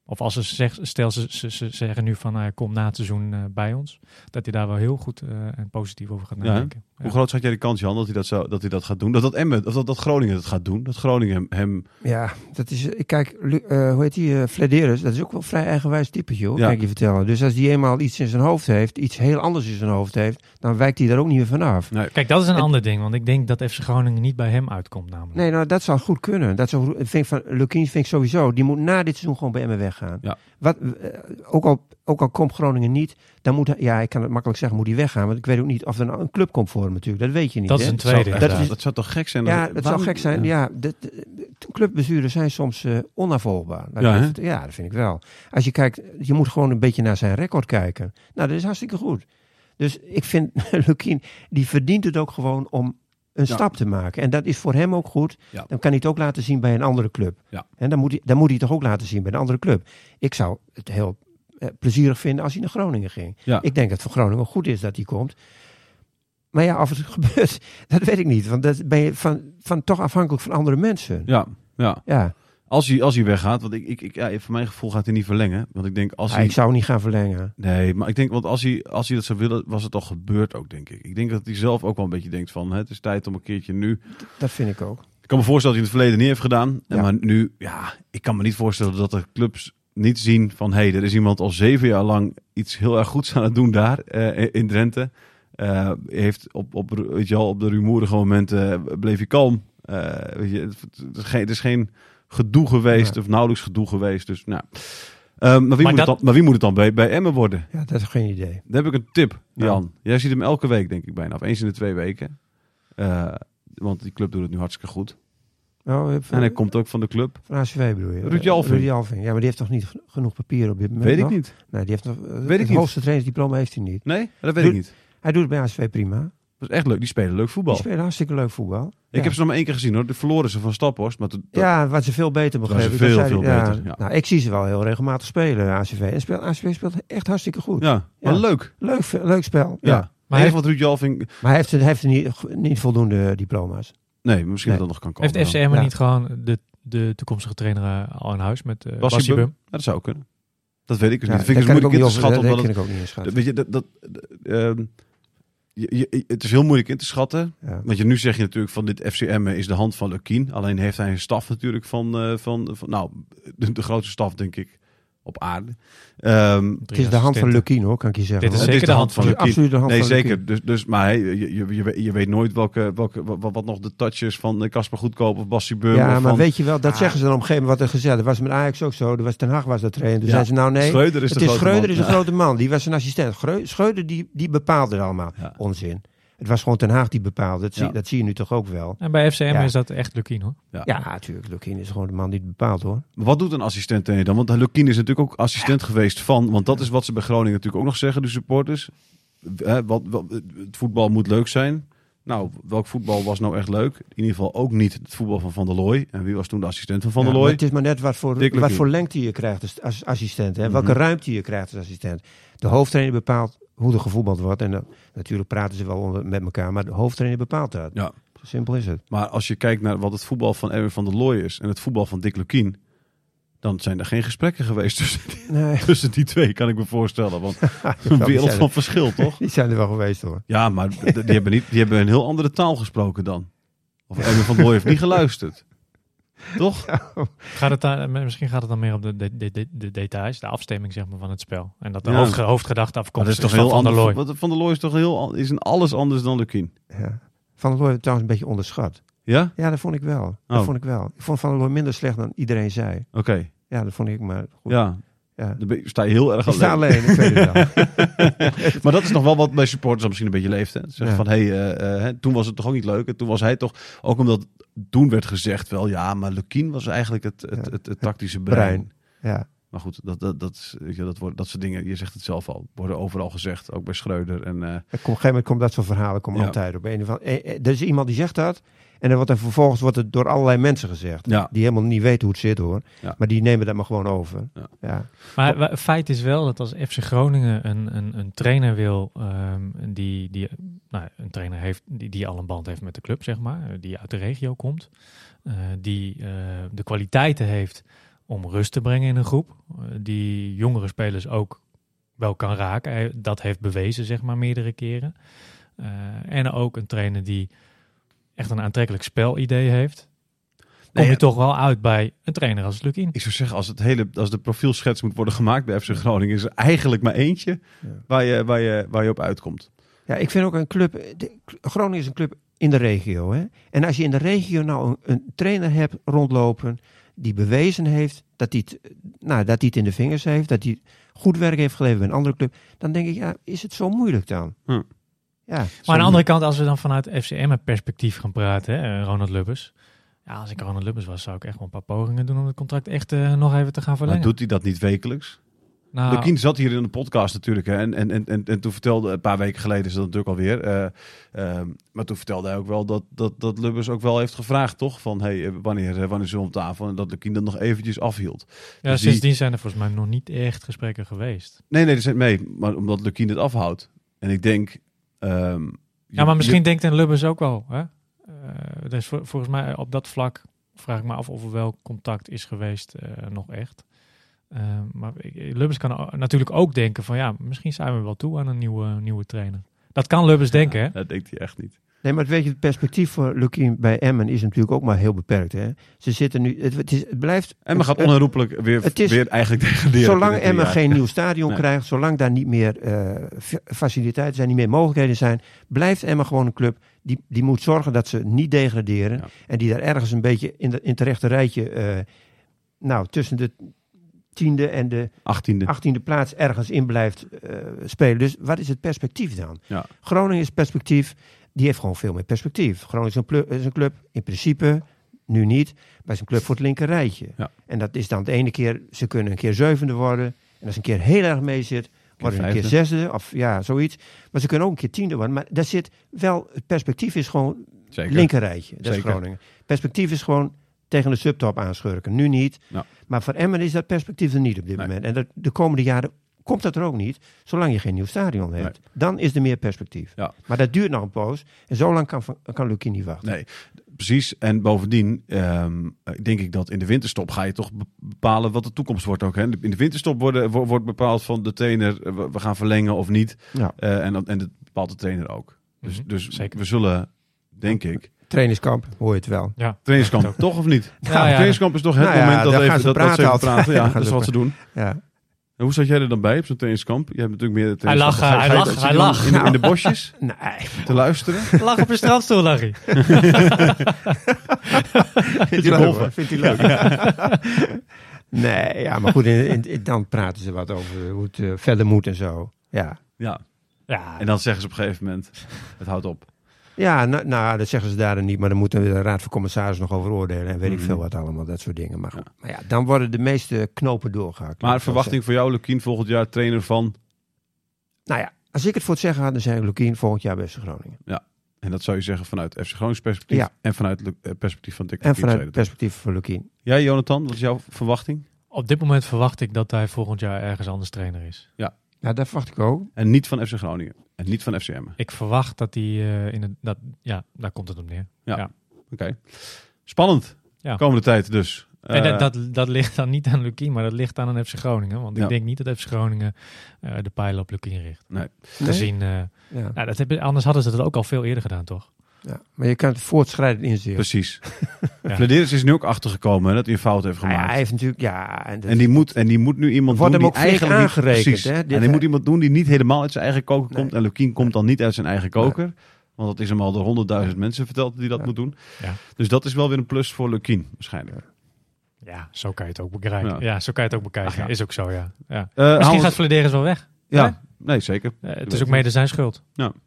[SPEAKER 1] of als ze zeg, stel ze, ze, ze zeggen nu van, eh, kom na het seizoen eh, bij ons. Dat hij daar wel heel goed eh, en positief over gaat
[SPEAKER 2] Ja,
[SPEAKER 1] nadenken. Ja.
[SPEAKER 2] Hoe groot zat jij de kans, Jan, dat hij dat, zou, dat, hij dat gaat doen? Dat, dat, Emmen, of dat, dat Groningen dat gaat doen? Dat Groningen hem... hem
[SPEAKER 4] ja, dat is. eh, Kijk, Lu- eh, hoe heet die? eh Flederis, dat is ook wel een vrij eigenwijs type, joh.
[SPEAKER 2] Ja.
[SPEAKER 4] Kan ik je vertellen. Dus als die eenmaal iets in zijn hoofd heeft, iets heel anders in zijn hoofd heeft, dan wijkt hij daar ook niet meer vanaf.
[SPEAKER 1] Kijk, dat is een
[SPEAKER 4] Het-
[SPEAKER 1] ander ding, want ik denk dat FC Groningen niet bij hem uitkomt namelijk.
[SPEAKER 4] Nee, nou, dat zou goed kunnen. Dat zou, vind ik van, Lukien vind ik sowieso, die moet na dit seizoen gewoon bij Emmen weggaan.
[SPEAKER 2] Ja.
[SPEAKER 4] Wat, eh, ook, al, ook al komt Groningen niet, dan moet hij, ja, ik kan het makkelijk zeggen, moet hij weggaan. Want ik weet ook niet of er nou een club komt voor hem natuurlijk. Dat weet je niet.
[SPEAKER 1] Dat is
[SPEAKER 4] hè.
[SPEAKER 1] een tweede.
[SPEAKER 2] zou,
[SPEAKER 4] Dat
[SPEAKER 2] Oh, dat,
[SPEAKER 4] is-
[SPEAKER 2] dat zou toch gek zijn?
[SPEAKER 4] Ja,
[SPEAKER 2] dat-
[SPEAKER 4] het zou
[SPEAKER 2] waarom-
[SPEAKER 4] gek zijn. Ja, de, de- de clubbesturen zijn soms eh onafvolgbaar. Laat ik
[SPEAKER 2] Ja,
[SPEAKER 4] even-
[SPEAKER 2] hè?
[SPEAKER 4] ja, dat vind ik wel. Als je kijkt, je moet gewoon een beetje naar zijn record kijken. Nou, dat is hartstikke goed. Dus ik vind Lukien, die verdient het ook gewoon om een
[SPEAKER 2] Ja.
[SPEAKER 4] stap te maken. En dat is voor hem ook goed.
[SPEAKER 2] Ja.
[SPEAKER 4] Dan kan hij het ook laten zien bij een andere club.
[SPEAKER 2] Ja.
[SPEAKER 4] En dan moet, hij, dan moet hij het toch ook laten zien bij een andere club. Ik zou het heel eh, plezierig vinden als hij naar Groningen ging.
[SPEAKER 2] Ja.
[SPEAKER 4] Ik denk dat het voor Groningen goed is dat hij komt. Maar ja, of het gebeurt, dat weet ik niet. Want dat ben je van, van toch afhankelijk van andere mensen. Ja,
[SPEAKER 2] Ja, ja. Als, hij, als hij weggaat, want ik, ik, ik, ja, voor mijn gevoel gaat hij niet verlengen. Want ik denk, als
[SPEAKER 4] Maar
[SPEAKER 2] hij...
[SPEAKER 4] ik zou niet gaan verlengen.
[SPEAKER 2] Nee, maar ik denk, want als hij, als hij dat zou willen, was het al gebeurd ook, denk ik. Ik denk dat hij zelf ook wel een beetje denkt van, hè, het is tijd om een keertje nu.
[SPEAKER 4] Dat vind ik ook.
[SPEAKER 2] Ik kan me voorstellen dat hij het in het verleden niet heeft gedaan. En
[SPEAKER 4] Ja.
[SPEAKER 2] Maar nu, ja, ik kan me niet voorstellen dat de clubs niet zien van, hé, hey, er is iemand al zeven jaar lang iets heel erg goeds aan het doen daar eh, in Drenthe. Eh, heeft op, op, weet je wel, op de rumoerige momenten bleef hij kalm. Eh, weet je, het, het is geen, het is geen gedoe geweest
[SPEAKER 4] Ja.
[SPEAKER 2] of nauwelijks gedoe geweest. Dus, nou. Ehm, maar, wie
[SPEAKER 1] Maar
[SPEAKER 2] moet het
[SPEAKER 1] dat-
[SPEAKER 2] dan, maar wie moet het dan bij, bij Emmen worden?
[SPEAKER 4] Ja, dat is geen idee.
[SPEAKER 2] Dan heb ik een tip,
[SPEAKER 4] Nou.
[SPEAKER 2] Jan. Jij ziet hem elke week, denk ik bijna. Of eens in de twee weken. Eh, want die club doet het nu hartstikke goed.
[SPEAKER 4] Nou, eh,
[SPEAKER 2] En
[SPEAKER 4] van,
[SPEAKER 2] hij komt ook van de club.
[SPEAKER 4] van ACV bedoel je?
[SPEAKER 2] Ruud
[SPEAKER 4] Eh,
[SPEAKER 2] Jalving.
[SPEAKER 4] Ruud Jalving. Ja, maar die heeft toch niet g- genoeg papier op dit moment
[SPEAKER 2] weet
[SPEAKER 4] nog?
[SPEAKER 2] ik niet.
[SPEAKER 4] Nee, die heeft nog, eh,
[SPEAKER 2] ik
[SPEAKER 4] het
[SPEAKER 2] niet.
[SPEAKER 4] hoogste trainersdiploma heeft hij niet.
[SPEAKER 2] Nee, dat weet
[SPEAKER 4] Doe-
[SPEAKER 2] ik niet.
[SPEAKER 4] Hij doet het bij ACV prima.
[SPEAKER 2] Dat is echt leuk. Die spelen leuk voetbal.
[SPEAKER 4] Die spelen hartstikke leuk voetbal.
[SPEAKER 2] Ik
[SPEAKER 4] ja.
[SPEAKER 2] heb ze nog maar één keer gezien hoor. De verloren ze van Staphorst. Maar toen-
[SPEAKER 4] Ja, wat ze veel beter
[SPEAKER 2] Waar ze
[SPEAKER 4] begrepen.
[SPEAKER 2] veel, veel
[SPEAKER 4] ja.
[SPEAKER 2] beter, ja.
[SPEAKER 4] Nou, ik zie ze wel heel regelmatig spelen, ACV. En speel, ACV speelt echt hartstikke goed.
[SPEAKER 2] ja. Maar
[SPEAKER 4] Ja.
[SPEAKER 2] leuk.
[SPEAKER 4] Leuk, ve- leuk spel.
[SPEAKER 2] Ja.
[SPEAKER 4] Ja.
[SPEAKER 2] Maar
[SPEAKER 1] Maar
[SPEAKER 2] heeft
[SPEAKER 1] heeft-
[SPEAKER 2] wat Ruud Jalving...
[SPEAKER 4] Maar hij heeft, hij heeft niet, niet voldoende eh, diploma's.
[SPEAKER 2] Nee, maar misschien
[SPEAKER 4] Nee.
[SPEAKER 2] dat dat nog kan komen.
[SPEAKER 1] Heeft FCM
[SPEAKER 2] dan.
[SPEAKER 1] er
[SPEAKER 4] Ja.
[SPEAKER 1] niet gewoon de, de toekomstige trainer eh, al in huis met eh
[SPEAKER 2] Bassie
[SPEAKER 1] Bassie
[SPEAKER 2] Bum?
[SPEAKER 1] Bum?
[SPEAKER 2] Ja, dat zou kunnen. Dat weet ik dus niet. Dat
[SPEAKER 4] daar
[SPEAKER 2] vind ik dus
[SPEAKER 4] kan ik ook
[SPEAKER 2] moeilijk in te
[SPEAKER 4] niet over-
[SPEAKER 2] schatten.
[SPEAKER 4] dat
[SPEAKER 2] omdat
[SPEAKER 4] kan
[SPEAKER 2] het-
[SPEAKER 4] ik ook niet inschatten.
[SPEAKER 2] Weet je, dat... dat ehm, je- je- het is heel moeilijk in te schatten.
[SPEAKER 4] Ja.
[SPEAKER 2] Want je, nu zeg je natuurlijk van dit FCM is de hand van Lukien. Alleen heeft hij een staf natuurlijk van, eh, van, van nou, de, de grootste staf denk ik op aarde. Ehm,
[SPEAKER 4] Het is de hand van Lukien hoor, kan ik je
[SPEAKER 1] Dit
[SPEAKER 4] zeggen.
[SPEAKER 1] is
[SPEAKER 2] het
[SPEAKER 4] hoor.
[SPEAKER 1] zeker de hand van
[SPEAKER 4] Het is
[SPEAKER 2] Lukien.
[SPEAKER 4] absoluut de hand
[SPEAKER 2] Nee,
[SPEAKER 4] van
[SPEAKER 2] zeker.
[SPEAKER 4] Lukien.
[SPEAKER 2] Dus, dus, maar hey, je, je, je weet- je weet nooit welke, welke, wa- wat, nog de touches van eh, Casper Goedkoop of Bassi Bum.
[SPEAKER 4] Ja,
[SPEAKER 2] of
[SPEAKER 4] maar
[SPEAKER 2] van,
[SPEAKER 4] weet je wel, dat
[SPEAKER 2] Ah.
[SPEAKER 4] zeggen ze dan op een gegeven moment wat er gezegd. Dat was met Ajax ook zo. Er was Ten Hag was de trainer. Toen
[SPEAKER 2] Ja.
[SPEAKER 4] zeiden ze nou nee.
[SPEAKER 2] Schreuder is
[SPEAKER 4] het
[SPEAKER 2] de
[SPEAKER 4] is
[SPEAKER 2] grote
[SPEAKER 4] Schreuder
[SPEAKER 2] man.
[SPEAKER 4] is een
[SPEAKER 2] Ja.
[SPEAKER 4] grote man. Die was een assistent. Greu- Schreuder die, die bepaalde het allemaal.
[SPEAKER 2] Ja.
[SPEAKER 4] Onzin. Het was gewoon Ten Haag die bepaalde. Dat,
[SPEAKER 2] Ja.
[SPEAKER 4] zie, dat zie je nu toch ook wel.
[SPEAKER 1] En bij FCM
[SPEAKER 4] Ja.
[SPEAKER 1] is dat echt Lukien hoor.
[SPEAKER 4] Ja, natuurlijk. Lukien is gewoon de man die het bepaalt hoor.
[SPEAKER 2] Maar Wat doet een assistent trainer dan? Want Lukien is natuurlijk ook assistent geweest van. Want dat is wat ze bij Groningen natuurlijk ook nog zeggen, de supporters. Hè, wat, wat, het voetbal moet leuk zijn. Nou, welk voetbal was nou echt leuk? In ieder geval ook niet het voetbal van Van der Looy. En wie was toen de assistent van Van
[SPEAKER 4] Ja,
[SPEAKER 2] der
[SPEAKER 4] maar
[SPEAKER 2] Looy?
[SPEAKER 4] Het is maar net wat voor,
[SPEAKER 2] Dick
[SPEAKER 4] wat
[SPEAKER 2] Lukien. Mhm.
[SPEAKER 4] voor lengte je krijgt als- als assistent. Hè? Welke ruimte je krijgt als assistent. De hoofdtrainer bepaalt hoe er gevoetbald wordt. En dan- natuurlijk praten ze wel onder- met elkaar. Maar de hoofdtrainer bepaalt dat.
[SPEAKER 2] Ja.
[SPEAKER 4] Zo simpel is het.
[SPEAKER 2] Maar als je kijkt naar wat het voetbal van Erwin van der Looy is en het voetbal van Dick Lukien, dan zijn er geen gesprekken geweest tussen,
[SPEAKER 4] Nee,
[SPEAKER 2] tussen die twee, kan ik me voorstellen. Want een wereld van verschil, toch?
[SPEAKER 4] die zijn er wel geweest hoor.
[SPEAKER 2] Ja, maar d- die hebben, niet, die hebben een heel andere taal gesproken dan. Of Erwin van der Looy heeft niet geluisterd. Toch?
[SPEAKER 1] Gaat het daar, misschien gaat het dan meer op de, de, de, de- de details, de afstemming zeg maar, van het spel. En dat de
[SPEAKER 2] Ja.
[SPEAKER 1] hoofdge- hoofdgedachte
[SPEAKER 2] Maar
[SPEAKER 1] afkomstig is, toch van Van der
[SPEAKER 2] ander-
[SPEAKER 1] Looy.
[SPEAKER 2] want Van der Looy is toch heel an- is een alles anders dan Lukien.
[SPEAKER 4] Ja. Van der Looy werd trouwens een beetje onderschat.
[SPEAKER 2] Ja?
[SPEAKER 4] Ja, dat vond ik wel.
[SPEAKER 2] Oh.
[SPEAKER 4] Dat vond ik wel. Ik vond Van der Looy minder slecht dan iedereen zei.
[SPEAKER 2] Oké.
[SPEAKER 4] Ja, dat vond ik maar goed.
[SPEAKER 2] Ja.
[SPEAKER 4] Ja.
[SPEAKER 2] Dan ben je- sta je heel erg
[SPEAKER 4] Ik sta
[SPEAKER 2] alleen.
[SPEAKER 4] alleen, ik weet het wel.
[SPEAKER 2] Maar dat is nog wel wat bij supporters dan misschien een beetje leeft. Hè? Ze Zeggen
[SPEAKER 4] Ja.
[SPEAKER 2] van, hey, eh, eh, hè, toen was het toch ook niet leuk. En toen was hij toch, ook omdat toen werd gezegd wel, ja, maar Lukien was eigenlijk het, het,
[SPEAKER 4] Ja.
[SPEAKER 2] het, het tactische brein.
[SPEAKER 4] Brein. Ja,
[SPEAKER 2] Maar goed, dat, dat, dat, is- weet je, dat, wordt, dat soort dingen, je zegt het zelf al, worden overal gezegd. Ook bij Schreuder. En, eh,
[SPEAKER 4] er komt- op een gegeven moment komt dat soort verhalen komt
[SPEAKER 2] Ja.
[SPEAKER 4] altijd op. Een of andere- eh, eh, er is iemand die zegt dat. En dan wordt er vervolgens wordt het door allerlei mensen gezegd.
[SPEAKER 2] ja.
[SPEAKER 4] Die helemaal niet weten hoe het zit hoor.
[SPEAKER 2] Ja.
[SPEAKER 4] Maar die nemen dat maar gewoon over.
[SPEAKER 2] Ja.
[SPEAKER 4] Ja.
[SPEAKER 1] Maar wa- feit is wel dat als FC Groningen een, een, een trainer wil, ehm, die, die nou, een trainer heeft die, die al een band heeft met de club, zeg maar, eh, die uit de regio komt, eh, die eh, de kwaliteiten heeft om rust te brengen in een groep, eh, die jongere spelers ook wel kan raken. Hij- dat heeft bewezen, zeg maar, meerdere keren. Eh, en ook een trainer die echt een aantrekkelijk spelidee heeft. Kom
[SPEAKER 2] Nee,
[SPEAKER 1] je
[SPEAKER 2] ja.
[SPEAKER 1] toch wel uit bij een trainer als Lukin.
[SPEAKER 2] Ik zou zeggen, als, het hele, als de profielschets moet worden gemaakt bij FC Groningen, is er eigenlijk maar eentje
[SPEAKER 4] Ja.
[SPEAKER 2] waar, je, waar, je, waar je op uitkomt.
[SPEAKER 4] ja, ik vind ook een club. de- Groningen is een club in de regio. Hè? En als je in de regio nou een, een trainer hebt rondlopen. die bewezen heeft dat hij het, nou, dat hij het in de vingers heeft. dat hij goed werk heeft geleverd bij een andere club. dan denk ik, ja, is het zo moeilijk dan?
[SPEAKER 2] Hm.
[SPEAKER 4] Ja.
[SPEAKER 1] Maar aan de andere kant, als we dan vanuit FCM het perspectief gaan praten, hè, eh, Ronald Lubbers. Ja, als ik Ronald Lubbers was, zou ik echt wel een paar pogingen doen om het contract echt eh, nog even te gaan
[SPEAKER 2] Maar
[SPEAKER 1] verlengen.
[SPEAKER 2] doet hij dat niet wekelijks?
[SPEAKER 1] nou,
[SPEAKER 2] De kind zat hier in de podcast natuurlijk. Hè, en, en, en, en, en toen vertelde, een paar weken geleden is dat natuurlijk alweer. eh ehm, maar toen vertelde hij ook wel dat, dat, dat Lubbers ook wel heeft gevraagd, toch? Van hey, eh, wanneer, eh, wanneer zullen we op tafel? En dat Lukien dat nog eventjes afhield.
[SPEAKER 1] ja,
[SPEAKER 2] Dus die-
[SPEAKER 1] sindsdien zijn er volgens mij nog niet echt gesprekken geweest.
[SPEAKER 2] Nee, nee, dat zit mee. Maar omdat Lukien het afhoudt. En ik denk. ehm,
[SPEAKER 1] Ja,
[SPEAKER 2] je-
[SPEAKER 1] maar misschien
[SPEAKER 2] je-
[SPEAKER 1] denkt en Lubbers ook wel. Hè? Eh, dus vol- volgens mij op dat vlak vraag ik me af of er wel contact is geweest eh, nog echt. Eh, maar ik- Lubbers kan o- natuurlijk ook denken van ja, misschien zijn we wel toe aan een nieuwe, nieuwe trainer. Dat kan Lubbers denken, hè?
[SPEAKER 2] dat denkt hij echt niet.
[SPEAKER 4] Nee, maar weet je, het perspectief voor Lukien bij Emmen is natuurlijk ook maar heel beperkt. Hè? Ze zitten nu. Het, het, is, het blijft.
[SPEAKER 2] En we gaat
[SPEAKER 4] het-
[SPEAKER 2] onherroepelijk weer,
[SPEAKER 4] het is-
[SPEAKER 2] weer eigenlijk degraderen.
[SPEAKER 4] Zolang
[SPEAKER 2] binnen drie
[SPEAKER 4] Emmen
[SPEAKER 2] jaar.
[SPEAKER 4] geen nieuw stadion
[SPEAKER 2] Nee.
[SPEAKER 4] krijgt, zolang daar niet meer eh, fa- faciliteiten zijn, niet meer mogelijkheden zijn, blijft Emmen gewoon een club die, die moet zorgen dat ze niet degraderen.
[SPEAKER 2] Ja.
[SPEAKER 4] En die daar ergens een beetje in, de, in het rechte rijtje, eh, nou tussen de tiende en de
[SPEAKER 2] 18e.
[SPEAKER 4] achttiende plaats ergens in blijft eh, spelen. Dus wat is het perspectief dan?
[SPEAKER 2] Ja.
[SPEAKER 4] Groningen is perspectief, die heeft gewoon veel meer perspectief. Groningen is een, plu- is een club, in principe, nu niet, maar is een club voor het linker rijtje.
[SPEAKER 2] Ja.
[SPEAKER 4] En dat is dan de ene keer, ze kunnen een keer zevende worden. En als een keer heel erg mee zit, worden ze een keer
[SPEAKER 2] vijfde.
[SPEAKER 4] zesde of ja, zoiets. Maar ze kunnen ook een keer tiende worden. Maar daar zit wel, het perspectief is gewoon
[SPEAKER 2] Zeker.
[SPEAKER 4] linker rijtje. Dat is
[SPEAKER 2] Zeker.
[SPEAKER 4] Groningen. Perspectief is gewoon tegen de subtop aanschurken. Nu niet.
[SPEAKER 2] Ja.
[SPEAKER 4] Maar voor Emmen is dat perspectief er niet op dit
[SPEAKER 2] Nee.
[SPEAKER 4] moment. En dat, de komende jaren komt dat er ook niet, zolang je geen nieuw stadion hebt. Dan is er meer perspectief.
[SPEAKER 2] Ja.
[SPEAKER 4] Maar dat duurt nog een poos. En zo lang kan, Van- kan Lucky niet wachten.
[SPEAKER 2] Nee, precies. En bovendien ehm, denk ik dat in de winterstop ga je toch be- bepalen wat de toekomst wordt ook. Hè? In de winterstop worden, wo- wordt bepaald van de trainer, eh, we we gaan verlengen of niet.
[SPEAKER 4] Ja.
[SPEAKER 2] Eh, en, dat- en dat bepaalt de trainer ook. Dus,
[SPEAKER 1] Mhm,
[SPEAKER 2] dus
[SPEAKER 1] zeker.
[SPEAKER 2] we zullen, denk ik,
[SPEAKER 4] Trainerskamp, hoor je het wel.
[SPEAKER 1] Ja.
[SPEAKER 2] trainingskamp toch of niet?
[SPEAKER 1] Ja,
[SPEAKER 2] Ja,
[SPEAKER 1] ja.
[SPEAKER 2] Trainingskamp is toch het
[SPEAKER 4] Nou ja,
[SPEAKER 2] moment dat,
[SPEAKER 4] daar
[SPEAKER 2] even,
[SPEAKER 4] gaan ze
[SPEAKER 2] dat, dat ze
[SPEAKER 4] praten
[SPEAKER 2] even
[SPEAKER 4] altijd.
[SPEAKER 2] praten. Ja,
[SPEAKER 4] Daar gaan
[SPEAKER 2] dat is
[SPEAKER 4] ze
[SPEAKER 2] wat ze doen.
[SPEAKER 4] Ja.
[SPEAKER 2] En hoe zat jij er dan bij op zo'n trainingskamp? Je hebt natuurlijk meer
[SPEAKER 1] lag,
[SPEAKER 2] Ga je-
[SPEAKER 1] eh, hij
[SPEAKER 2] ga je-
[SPEAKER 1] lag,
[SPEAKER 2] zit je
[SPEAKER 1] hij Nou.
[SPEAKER 2] dan
[SPEAKER 1] lag.
[SPEAKER 2] In, de- in de bosjes
[SPEAKER 4] Nee,
[SPEAKER 2] te luisteren.
[SPEAKER 1] Lag Mhm. op een strandstoel, lag hij.
[SPEAKER 4] vindt hij leuk. hoor. Vindt hij leuk. nee, ja, maar goed, in, in- in- dan praten ze wat over hoe het eh, verder moet en zo. Ja,
[SPEAKER 2] Ja.
[SPEAKER 1] Ja,
[SPEAKER 2] En dan zeggen ze op een gegeven moment, het houdt op.
[SPEAKER 4] ja nou, nou, dat zeggen ze daar dan niet, maar dan moeten we de Raad van Commissaris nog over oordelen en weet ik
[SPEAKER 2] Mhm.
[SPEAKER 4] veel wat allemaal, dat soort dingen. Maar, goed. maar ja, dan worden de meeste knopen doorgehakt.
[SPEAKER 2] Maar
[SPEAKER 4] Laat ik zo
[SPEAKER 2] verwachting voor jou, Lukien, volgend jaar trainer van...
[SPEAKER 4] zeggen. Nou ja, als ik het voor het zeggen had, dan zei ik Lukien volgend jaar beste Groningen.
[SPEAKER 2] En dat zou je zeggen vanuit FC Gronings perspectief
[SPEAKER 4] Ja.
[SPEAKER 2] en vanuit het eh, perspectief van Dick
[SPEAKER 4] En
[SPEAKER 2] Lukien
[SPEAKER 4] vanuit
[SPEAKER 2] zei
[SPEAKER 4] het
[SPEAKER 2] dat.
[SPEAKER 4] perspectief van Lukien.
[SPEAKER 2] Jij, Jonathan, wat is jouw verwachting?
[SPEAKER 1] Op dit moment verwacht ik dat hij volgend jaar ergens anders trainer is.
[SPEAKER 4] Ja, dat verwacht ik ook.
[SPEAKER 2] En niet van FC Groningen. En niet van FCM. Oké.
[SPEAKER 1] Ik verwacht dat hij eh, in het, dat, ja, daar komt het op neer.
[SPEAKER 2] Spannend.
[SPEAKER 1] Ja.
[SPEAKER 2] Komende tijd dus.
[SPEAKER 1] en
[SPEAKER 2] Eh,
[SPEAKER 1] dat, dat, dat ligt dan niet aan Lukien, maar dat ligt aan een FC Groningen. Want
[SPEAKER 2] Ja.
[SPEAKER 1] ik denk niet dat FC Groningen eh, de pijlen op Lukien richt.
[SPEAKER 4] Nee?
[SPEAKER 1] Gezien, eh,
[SPEAKER 4] Ja.
[SPEAKER 1] nou, dat hebben anders hadden ze dat ook al veel eerder gedaan, toch?
[SPEAKER 4] Ja. Maar je kan het voortschrijdend inzien.
[SPEAKER 2] Precies. ja. Flederis is nu ook achtergekomen hè, dat hij een fout heeft
[SPEAKER 4] Nou ja,
[SPEAKER 2] gemaakt.
[SPEAKER 4] hij heeft natuurlijk, ja, en dat-
[SPEAKER 2] en, die moet, en die moet nu iemand
[SPEAKER 4] Dus- Wordt
[SPEAKER 2] doen
[SPEAKER 4] hem
[SPEAKER 2] die
[SPEAKER 4] ook flink
[SPEAKER 2] eigenlijk niet-
[SPEAKER 4] aangerekend,
[SPEAKER 2] precies.
[SPEAKER 4] hè?
[SPEAKER 2] En
[SPEAKER 4] Dit-
[SPEAKER 2] hij moet iemand doen die niet helemaal uit zijn eigen koker
[SPEAKER 4] Nee.
[SPEAKER 2] komt. En Lukien komt dan niet uit zijn eigen koker. Want dat is hem al door honderdduizend mensen verteld die dat
[SPEAKER 4] Ja.
[SPEAKER 2] moet doen.
[SPEAKER 1] Ja.
[SPEAKER 2] Dus dat is wel weer een plus voor Lukien waarschijnlijk.
[SPEAKER 1] Ja, zo kan je het ook bekijken.
[SPEAKER 2] Ja.
[SPEAKER 1] Ja, zo kan je het ook bekijken.
[SPEAKER 2] Ach ja.
[SPEAKER 1] Is ook zo, ja. ja.
[SPEAKER 2] Eh,
[SPEAKER 1] Misschien
[SPEAKER 2] Hans-
[SPEAKER 1] gaat Flederis wel weg.
[SPEAKER 2] Ja, nee zeker.
[SPEAKER 1] Eh, het
[SPEAKER 2] weet
[SPEAKER 1] is ook
[SPEAKER 2] het
[SPEAKER 1] mede zijn schuld.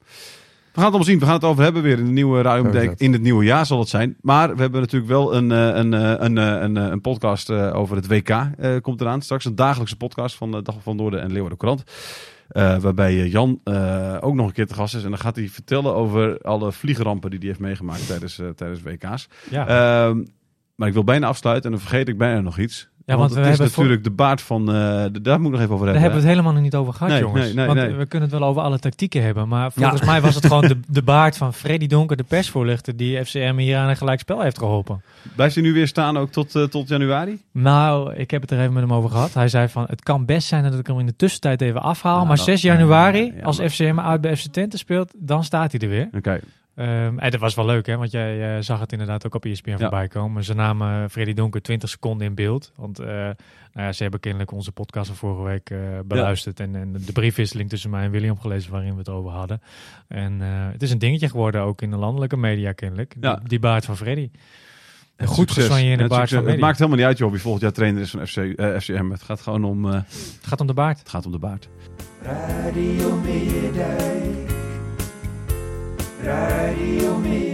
[SPEAKER 2] We gaan het allemaal zien. We gaan het over hebben weer in de nieuwe Radio
[SPEAKER 4] Zo is
[SPEAKER 2] Meteen.
[SPEAKER 4] dat.
[SPEAKER 2] In het nieuwe jaar zal het zijn. Maar we hebben natuurlijk wel een, eh, een, eh, een, eh, een, eh, een podcast eh, over het WK. eh, komt eraan straks. Een dagelijkse podcast van de Dag van Noorden en Leeuwarden Courant. Eh, waarbij eh, Jan eh, ook nog een keer te gast is. En dan gaat hij vertellen over alle vliegrampen die hij heeft meegemaakt tijdens, eh, tijdens WK's.
[SPEAKER 1] Ja,
[SPEAKER 2] Ehm, maar ik wil bijna afsluiten en dan vergeet ik bijna nog iets.
[SPEAKER 1] ja
[SPEAKER 2] want
[SPEAKER 1] want we
[SPEAKER 2] het is
[SPEAKER 1] hebben het, voor-
[SPEAKER 2] natuurlijk de baard van... eh, de, daar moet ik nog even over
[SPEAKER 1] daar
[SPEAKER 2] hebben.
[SPEAKER 1] hebben we het helemaal nog niet over gehad,
[SPEAKER 2] Nee,
[SPEAKER 1] jongens.
[SPEAKER 2] nee, nee,
[SPEAKER 1] want
[SPEAKER 2] nee.
[SPEAKER 1] we kunnen het wel over alle tactieken hebben. Maar volgens mij was het gewoon de, de baard van Freddy Donker, de persvoorlichter, die FCM hier aan een gelijkspel heeft geholpen.
[SPEAKER 2] hè? Blijft hij nu weer staan ook tot, eh, tot januari?
[SPEAKER 1] Nou, ik heb het er even met hem over gehad. Hij zei van, het kan best zijn dat ik hem in de tussentijd even afhaal.
[SPEAKER 2] Ja,
[SPEAKER 1] maar
[SPEAKER 2] Nou, dat-
[SPEAKER 1] 6 januari,
[SPEAKER 2] ja, ja,
[SPEAKER 1] als
[SPEAKER 2] maar-
[SPEAKER 1] FCM uit bij FC Twente speelt, dan staat hij er weer.
[SPEAKER 2] Oké.
[SPEAKER 1] Ehm, en dat was wel leuk, hè? Want jij eh, zag het inderdaad ook op ESPN voorbij komen. Ze namen eh, Freddy Donker 20 seconden in beeld. Want eh, nou ja, ze hebben kennelijk onze podcast van vorige week eh, beluisterd. En, en de briefwisseling tussen mij en William gelezen waarin we het over hadden. En eh, het is een dingetje geworden, ook in de landelijke media kennelijk.
[SPEAKER 2] Ja.
[SPEAKER 1] Die, die baard van Freddy. Een
[SPEAKER 2] Het
[SPEAKER 1] goed
[SPEAKER 2] succes.
[SPEAKER 1] je in de
[SPEAKER 2] Het
[SPEAKER 1] baard
[SPEAKER 2] succes.
[SPEAKER 1] van
[SPEAKER 2] Het
[SPEAKER 1] media.
[SPEAKER 2] maakt helemaal niet uit joh, wie volgend jaar trainer is van FC, eh, FCM. Het gaat gewoon om, eh,
[SPEAKER 1] Het gaat om de baard.
[SPEAKER 2] het gaat om de baard.
[SPEAKER 3] Radio Meerdijk. Radio Meerdijk.